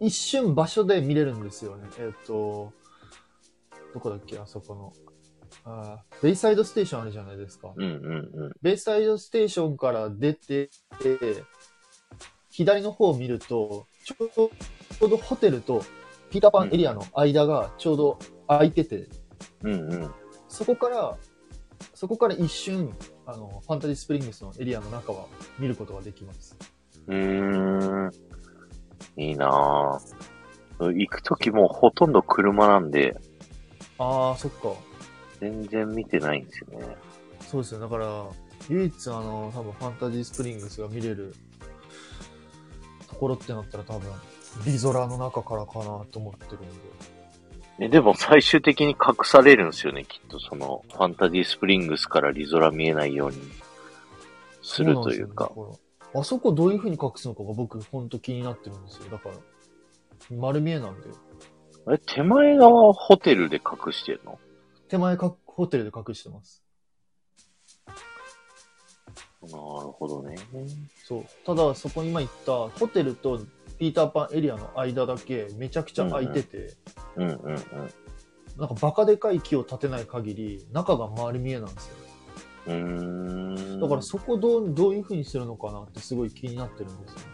[SPEAKER 2] 一瞬場所で見れるんですよね。えーっと、どこだっけ、あそこの。あーベイサイドステーションあるじゃないですか。
[SPEAKER 1] うんうんうん。
[SPEAKER 2] ベイサイドステーションから出て、左の方を見ると、ちょうどちょうどホテルとピーターパンエリアの間がちょうど空いてて、
[SPEAKER 1] うんうん。
[SPEAKER 2] そこから、そこから一瞬、あの、ファンタジースプリングスのエリアの中は見ることができます。
[SPEAKER 1] うーん。いいなぁ。行くときもうほとんど車なんで、
[SPEAKER 2] あー、そっか。
[SPEAKER 1] 全然見てないんですよね。
[SPEAKER 2] そうですよ。だから、唯一あの、多分ファンタジースプリングスが見れるところってなったら多分、リゾラの中からかなと思ってるんで。
[SPEAKER 1] え、でも最終的に隠されるんですよね、きっと。その、ファンタジースプリングスからリゾラ見えないようにするというか。
[SPEAKER 2] そなんですよねだからあそこどういう風に隠すのかが僕ほんと気になってるんですよ。だから、丸見えなんで。
[SPEAKER 1] え、手前側はホテルで隠してるの
[SPEAKER 2] 手前かホテルで隠してます。
[SPEAKER 1] なるほどね。
[SPEAKER 2] そう。ただ、そこ今言ったホテルとピーターパンエリアの間だけめちゃくちゃ空いてて、
[SPEAKER 1] うんうんうん。
[SPEAKER 2] なんかバカでかい木を立てない限り中が丸見えなんですよ。
[SPEAKER 1] うーん。
[SPEAKER 2] だからそこをどうどういう風にするのかなってすごい気になってるんですよね。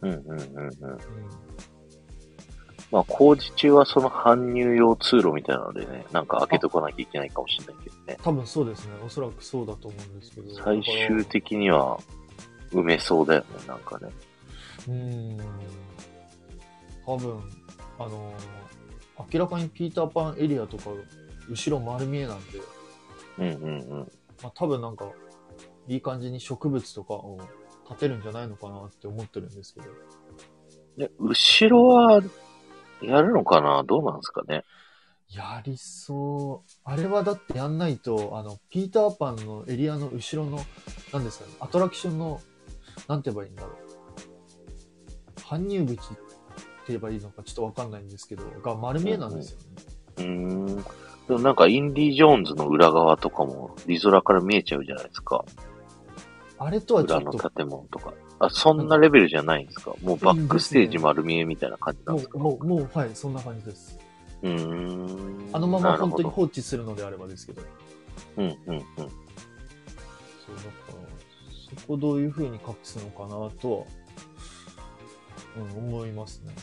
[SPEAKER 1] うんうんうんうん。まあ、工事中はその搬入用通路みたいなのでね、なんか開けとかなきゃいけないかもしれないけどね。
[SPEAKER 2] 多分そうですね。おそらくそうだと思うんですけど。
[SPEAKER 1] 最終的には埋めそうだよね、なんかね。
[SPEAKER 2] うーん。多分、あのー明らかにピーターパンエリアとか、後ろ丸見えなんで、
[SPEAKER 1] うんうんうん。
[SPEAKER 2] まあ多分なんか、いい感じに植物とかを立てるんじゃないのかなって思ってるんですけど。
[SPEAKER 1] で、後ろは、やるのかなどうなんですかね
[SPEAKER 2] やりそう。あれはだってやんないと、あの、ピーターパンのエリアの後ろの、なんですかね、アトラクションのなんて言えばいいんだろう。搬入口って言えばいいのかちょっとわかんないんですけど、が丸見えなんですよね。
[SPEAKER 1] うーん。でもなんかインディ・ジョーンズの裏側とかも、リゾラから見えちゃうじゃないですか。
[SPEAKER 2] あれとはち
[SPEAKER 1] 裏
[SPEAKER 2] ょっ
[SPEAKER 1] の
[SPEAKER 2] と、
[SPEAKER 1] 建物とか。あ、そんなレベルじゃないんですかもうバックステージ丸見えみたいな感じなん
[SPEAKER 2] も
[SPEAKER 1] です
[SPEAKER 2] う、
[SPEAKER 1] か
[SPEAKER 2] もう、もう、はい、そんな感じです。
[SPEAKER 1] うーん。
[SPEAKER 2] あのまま本当に
[SPEAKER 1] なる
[SPEAKER 2] 放置するのであればですけど。
[SPEAKER 1] ほどうんうんうん。
[SPEAKER 2] そうだからそこどういう風に隠すのかなとは、うん、思いますね。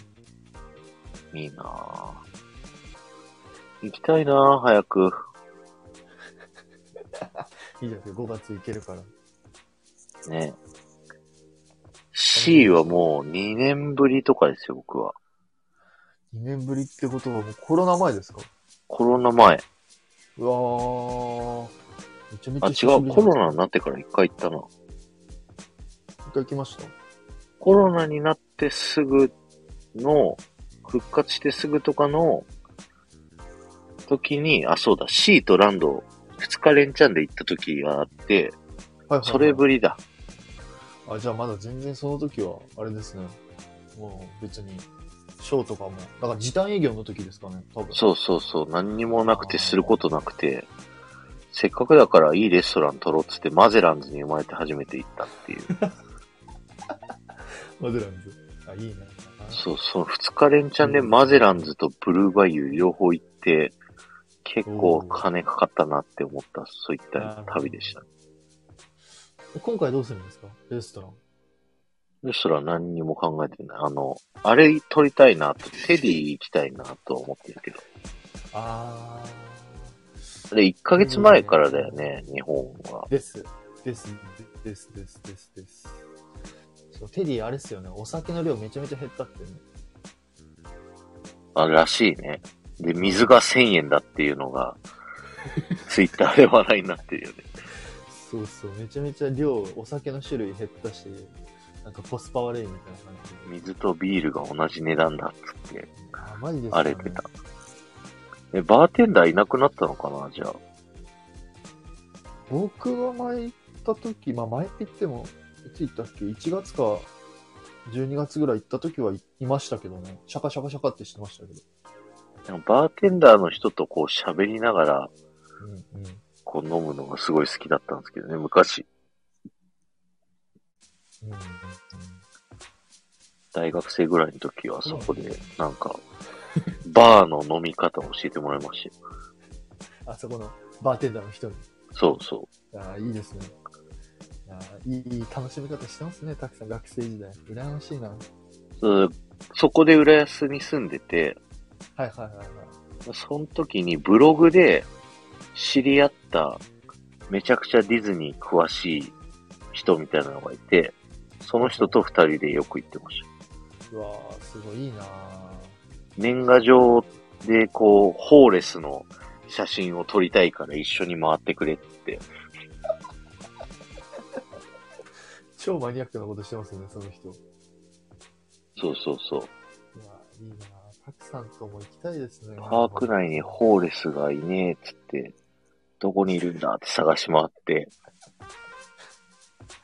[SPEAKER 1] いいなぁ。行きたいなぁ、早く。
[SPEAKER 2] いいじゃん、5月行けるから。
[SPEAKER 1] ね。C はもう2年ぶりとかですよ、僕は。
[SPEAKER 2] 2年ぶりってことはもうコロナ前ですか
[SPEAKER 1] コロナ前。
[SPEAKER 2] うわー。めちゃめち
[SPEAKER 1] あ、
[SPEAKER 2] ゃ
[SPEAKER 1] 違
[SPEAKER 2] 久しぶ
[SPEAKER 1] う。
[SPEAKER 2] り
[SPEAKER 1] コロ
[SPEAKER 2] ナ
[SPEAKER 1] ナになってから一回行ったな。
[SPEAKER 2] 一回来ました。
[SPEAKER 1] コロナになってすぐの、復活してすぐとかの時に、あ、そうだ、シーとランド、二日連チャンで行った時があって、
[SPEAKER 2] はいはい、はい。
[SPEAKER 1] それぶりだ。
[SPEAKER 2] あ、じゃあまだ全然その時は、あれですね。もう別に、ショーとかも。だから時短営業の時ですかね、多分。
[SPEAKER 1] そうそうそう、何にもなくてすることなくて、せっかくだからいいレストラン取ろうっつって、マゼランズに生まれて初めて行ったっていう。
[SPEAKER 2] マゼランズ。あ、いいな。
[SPEAKER 1] そうそう、二日連チャンでマゼランズとブルーバイユ両方行って、結構金かかったなって思った、そういった旅でした。
[SPEAKER 2] 今回どうするんですかレストラン。
[SPEAKER 1] レストラン何にも考えてない。あの、あれ撮りたいなと、テディ行きたいなとは思ってるけど。
[SPEAKER 2] あ
[SPEAKER 1] で、1ヶ月前からだよね、日本は
[SPEAKER 2] ー。。です。です。です。です。です。です。そうテディあれっすよね。お酒の量めちゃめちゃ減ったってね。
[SPEAKER 1] あ、らしいね。で、水が1000円だっていうのが、ツイッターで話題になってるよね。
[SPEAKER 2] そうそう。めちゃめちゃ量、お酒の種類減ったし、なんかコスパ悪いみたいな感じで。
[SPEAKER 1] 水とビールが同じ値段だっつって、
[SPEAKER 2] あ、マジですよ
[SPEAKER 1] 荒
[SPEAKER 2] ね
[SPEAKER 1] れてた。え、バーテンダーいなくなったのかな、じゃあ。
[SPEAKER 2] 僕が前行った時、まあ前って言っても、いつ行ったっけ ?1 月か12月ぐらい行った時はいいましたけどね。シャカシャカシャカってしてましたけど。
[SPEAKER 1] なんかバーテンダーの人とこう喋りながら、
[SPEAKER 2] うんうん。
[SPEAKER 1] こう飲むのがすごい好きだったんですけどね、昔。
[SPEAKER 2] うんうんうん、
[SPEAKER 1] 大学生ぐらいの時はそこで、なんか、バーの飲み方を教えてもらいましたよ。
[SPEAKER 2] あそこのバーテンダーの人に。
[SPEAKER 1] そうそ
[SPEAKER 2] ああ、いいですね。あーいい、いい楽しみ方してますね、たくさん学生時代。羨ましいな。はいう
[SPEAKER 1] そう。そこで浦安に住んでて、
[SPEAKER 2] はいはいはい。
[SPEAKER 1] その時にブログで知り合っためちゃくちゃディズニー詳しい人みたいなのがいて、その人と二人でよく行ってました。
[SPEAKER 2] うわーすごいいいな
[SPEAKER 1] 年賀状でこう、ホーレスの写真を撮りたいから一緒に回ってくれって。
[SPEAKER 2] 超マニアックなことしてますね、その人。う
[SPEAKER 1] そうそうそう。
[SPEAKER 2] わーいいなたくさんとも行きたいですね。
[SPEAKER 1] パーク内にホーレスがいねえっつって、どこにいるんだって探し回って、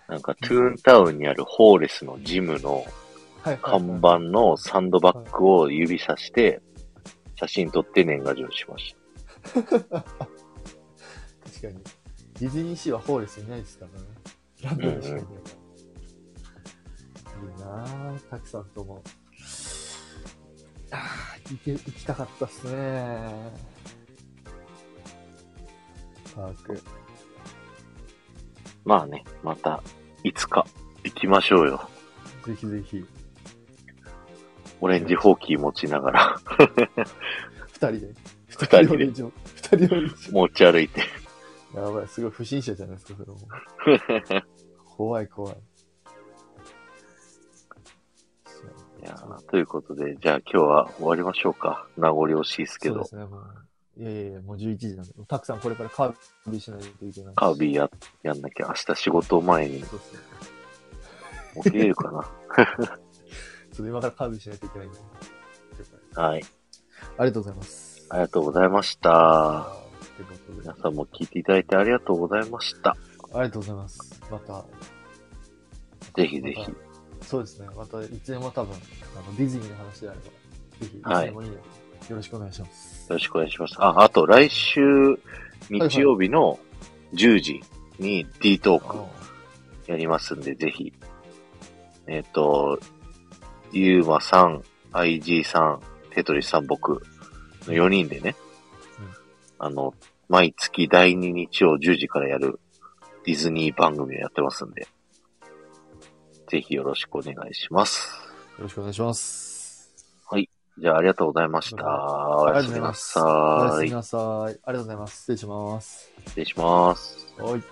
[SPEAKER 1] なんかトゥーンタウンにあるホーレスのジムの
[SPEAKER 2] はいはいはい
[SPEAKER 1] 看板のサンドバッグを指さして、写真撮って年賀状しまし
[SPEAKER 2] 確かに。ディズニーシーはホーレスいないですからね。ランドにしかいないから。いいなぁ、たくさんとも。ああ、行け、行きたかったっすねパーク。
[SPEAKER 1] た。まあね、また、いつか行きましょうよ。
[SPEAKER 2] ぜひぜひ、
[SPEAKER 1] オレンジホーキー持ちながら
[SPEAKER 2] 二人で。
[SPEAKER 1] 二人で
[SPEAKER 2] 用以上。二人用以
[SPEAKER 1] 持ち歩いて。
[SPEAKER 2] 上。やばい、すごい不審者じゃないですか、それも。怖い怖い。そ
[SPEAKER 1] い
[SPEAKER 2] う
[SPEAKER 1] やーということで、じゃあ今日は終わりましょうか。名残惜しいですけ
[SPEAKER 2] そう
[SPEAKER 1] ど
[SPEAKER 2] で。すね、もう。いやいやいや、もう11時なんで、たくさんこれからカービィしないといけない。
[SPEAKER 1] カービィや、やんなきゃ明日仕事前に
[SPEAKER 2] そうですね。
[SPEAKER 1] 起きれるかな。
[SPEAKER 2] ちょっと今からカービィしないといけないんで。
[SPEAKER 1] はい。
[SPEAKER 2] ありがとうございます。
[SPEAKER 1] ありがとうございました。
[SPEAKER 2] ということで、
[SPEAKER 1] 皆さんも聞いていただいてありがとうございました。
[SPEAKER 2] ありがとうございます。また、
[SPEAKER 1] ぜひぜひ。
[SPEAKER 2] そうですね。また、いつでも多分、あのディズニーの話であれば、ぜひ、い
[SPEAKER 1] はい
[SPEAKER 2] つでもいいので、よろしくお願いします。
[SPEAKER 1] よろしくお願いします。あ、あと来週日曜日の10時に D トー
[SPEAKER 2] あ
[SPEAKER 1] ク
[SPEAKER 2] の
[SPEAKER 1] やりますんで、ぜひ。えっ、と、ゆうまさん、IG さん、テトリスさん、僕の4人でね、
[SPEAKER 2] うん
[SPEAKER 1] あの、毎月第2日曜10時からやるディズニー番組をやってますんで、ぜひよろしくお願いします。
[SPEAKER 2] よろしくお願いします。
[SPEAKER 1] じゃあ、ありがとうございました。お
[SPEAKER 2] あり
[SPEAKER 1] や
[SPEAKER 2] がと
[SPEAKER 1] す
[SPEAKER 2] うござ
[SPEAKER 1] み
[SPEAKER 2] い
[SPEAKER 1] な
[SPEAKER 2] ます。
[SPEAKER 1] さ
[SPEAKER 2] おやすみ
[SPEAKER 1] い。
[SPEAKER 2] なさい。ありがとうございます。失礼します。
[SPEAKER 1] 失礼します。
[SPEAKER 2] はい。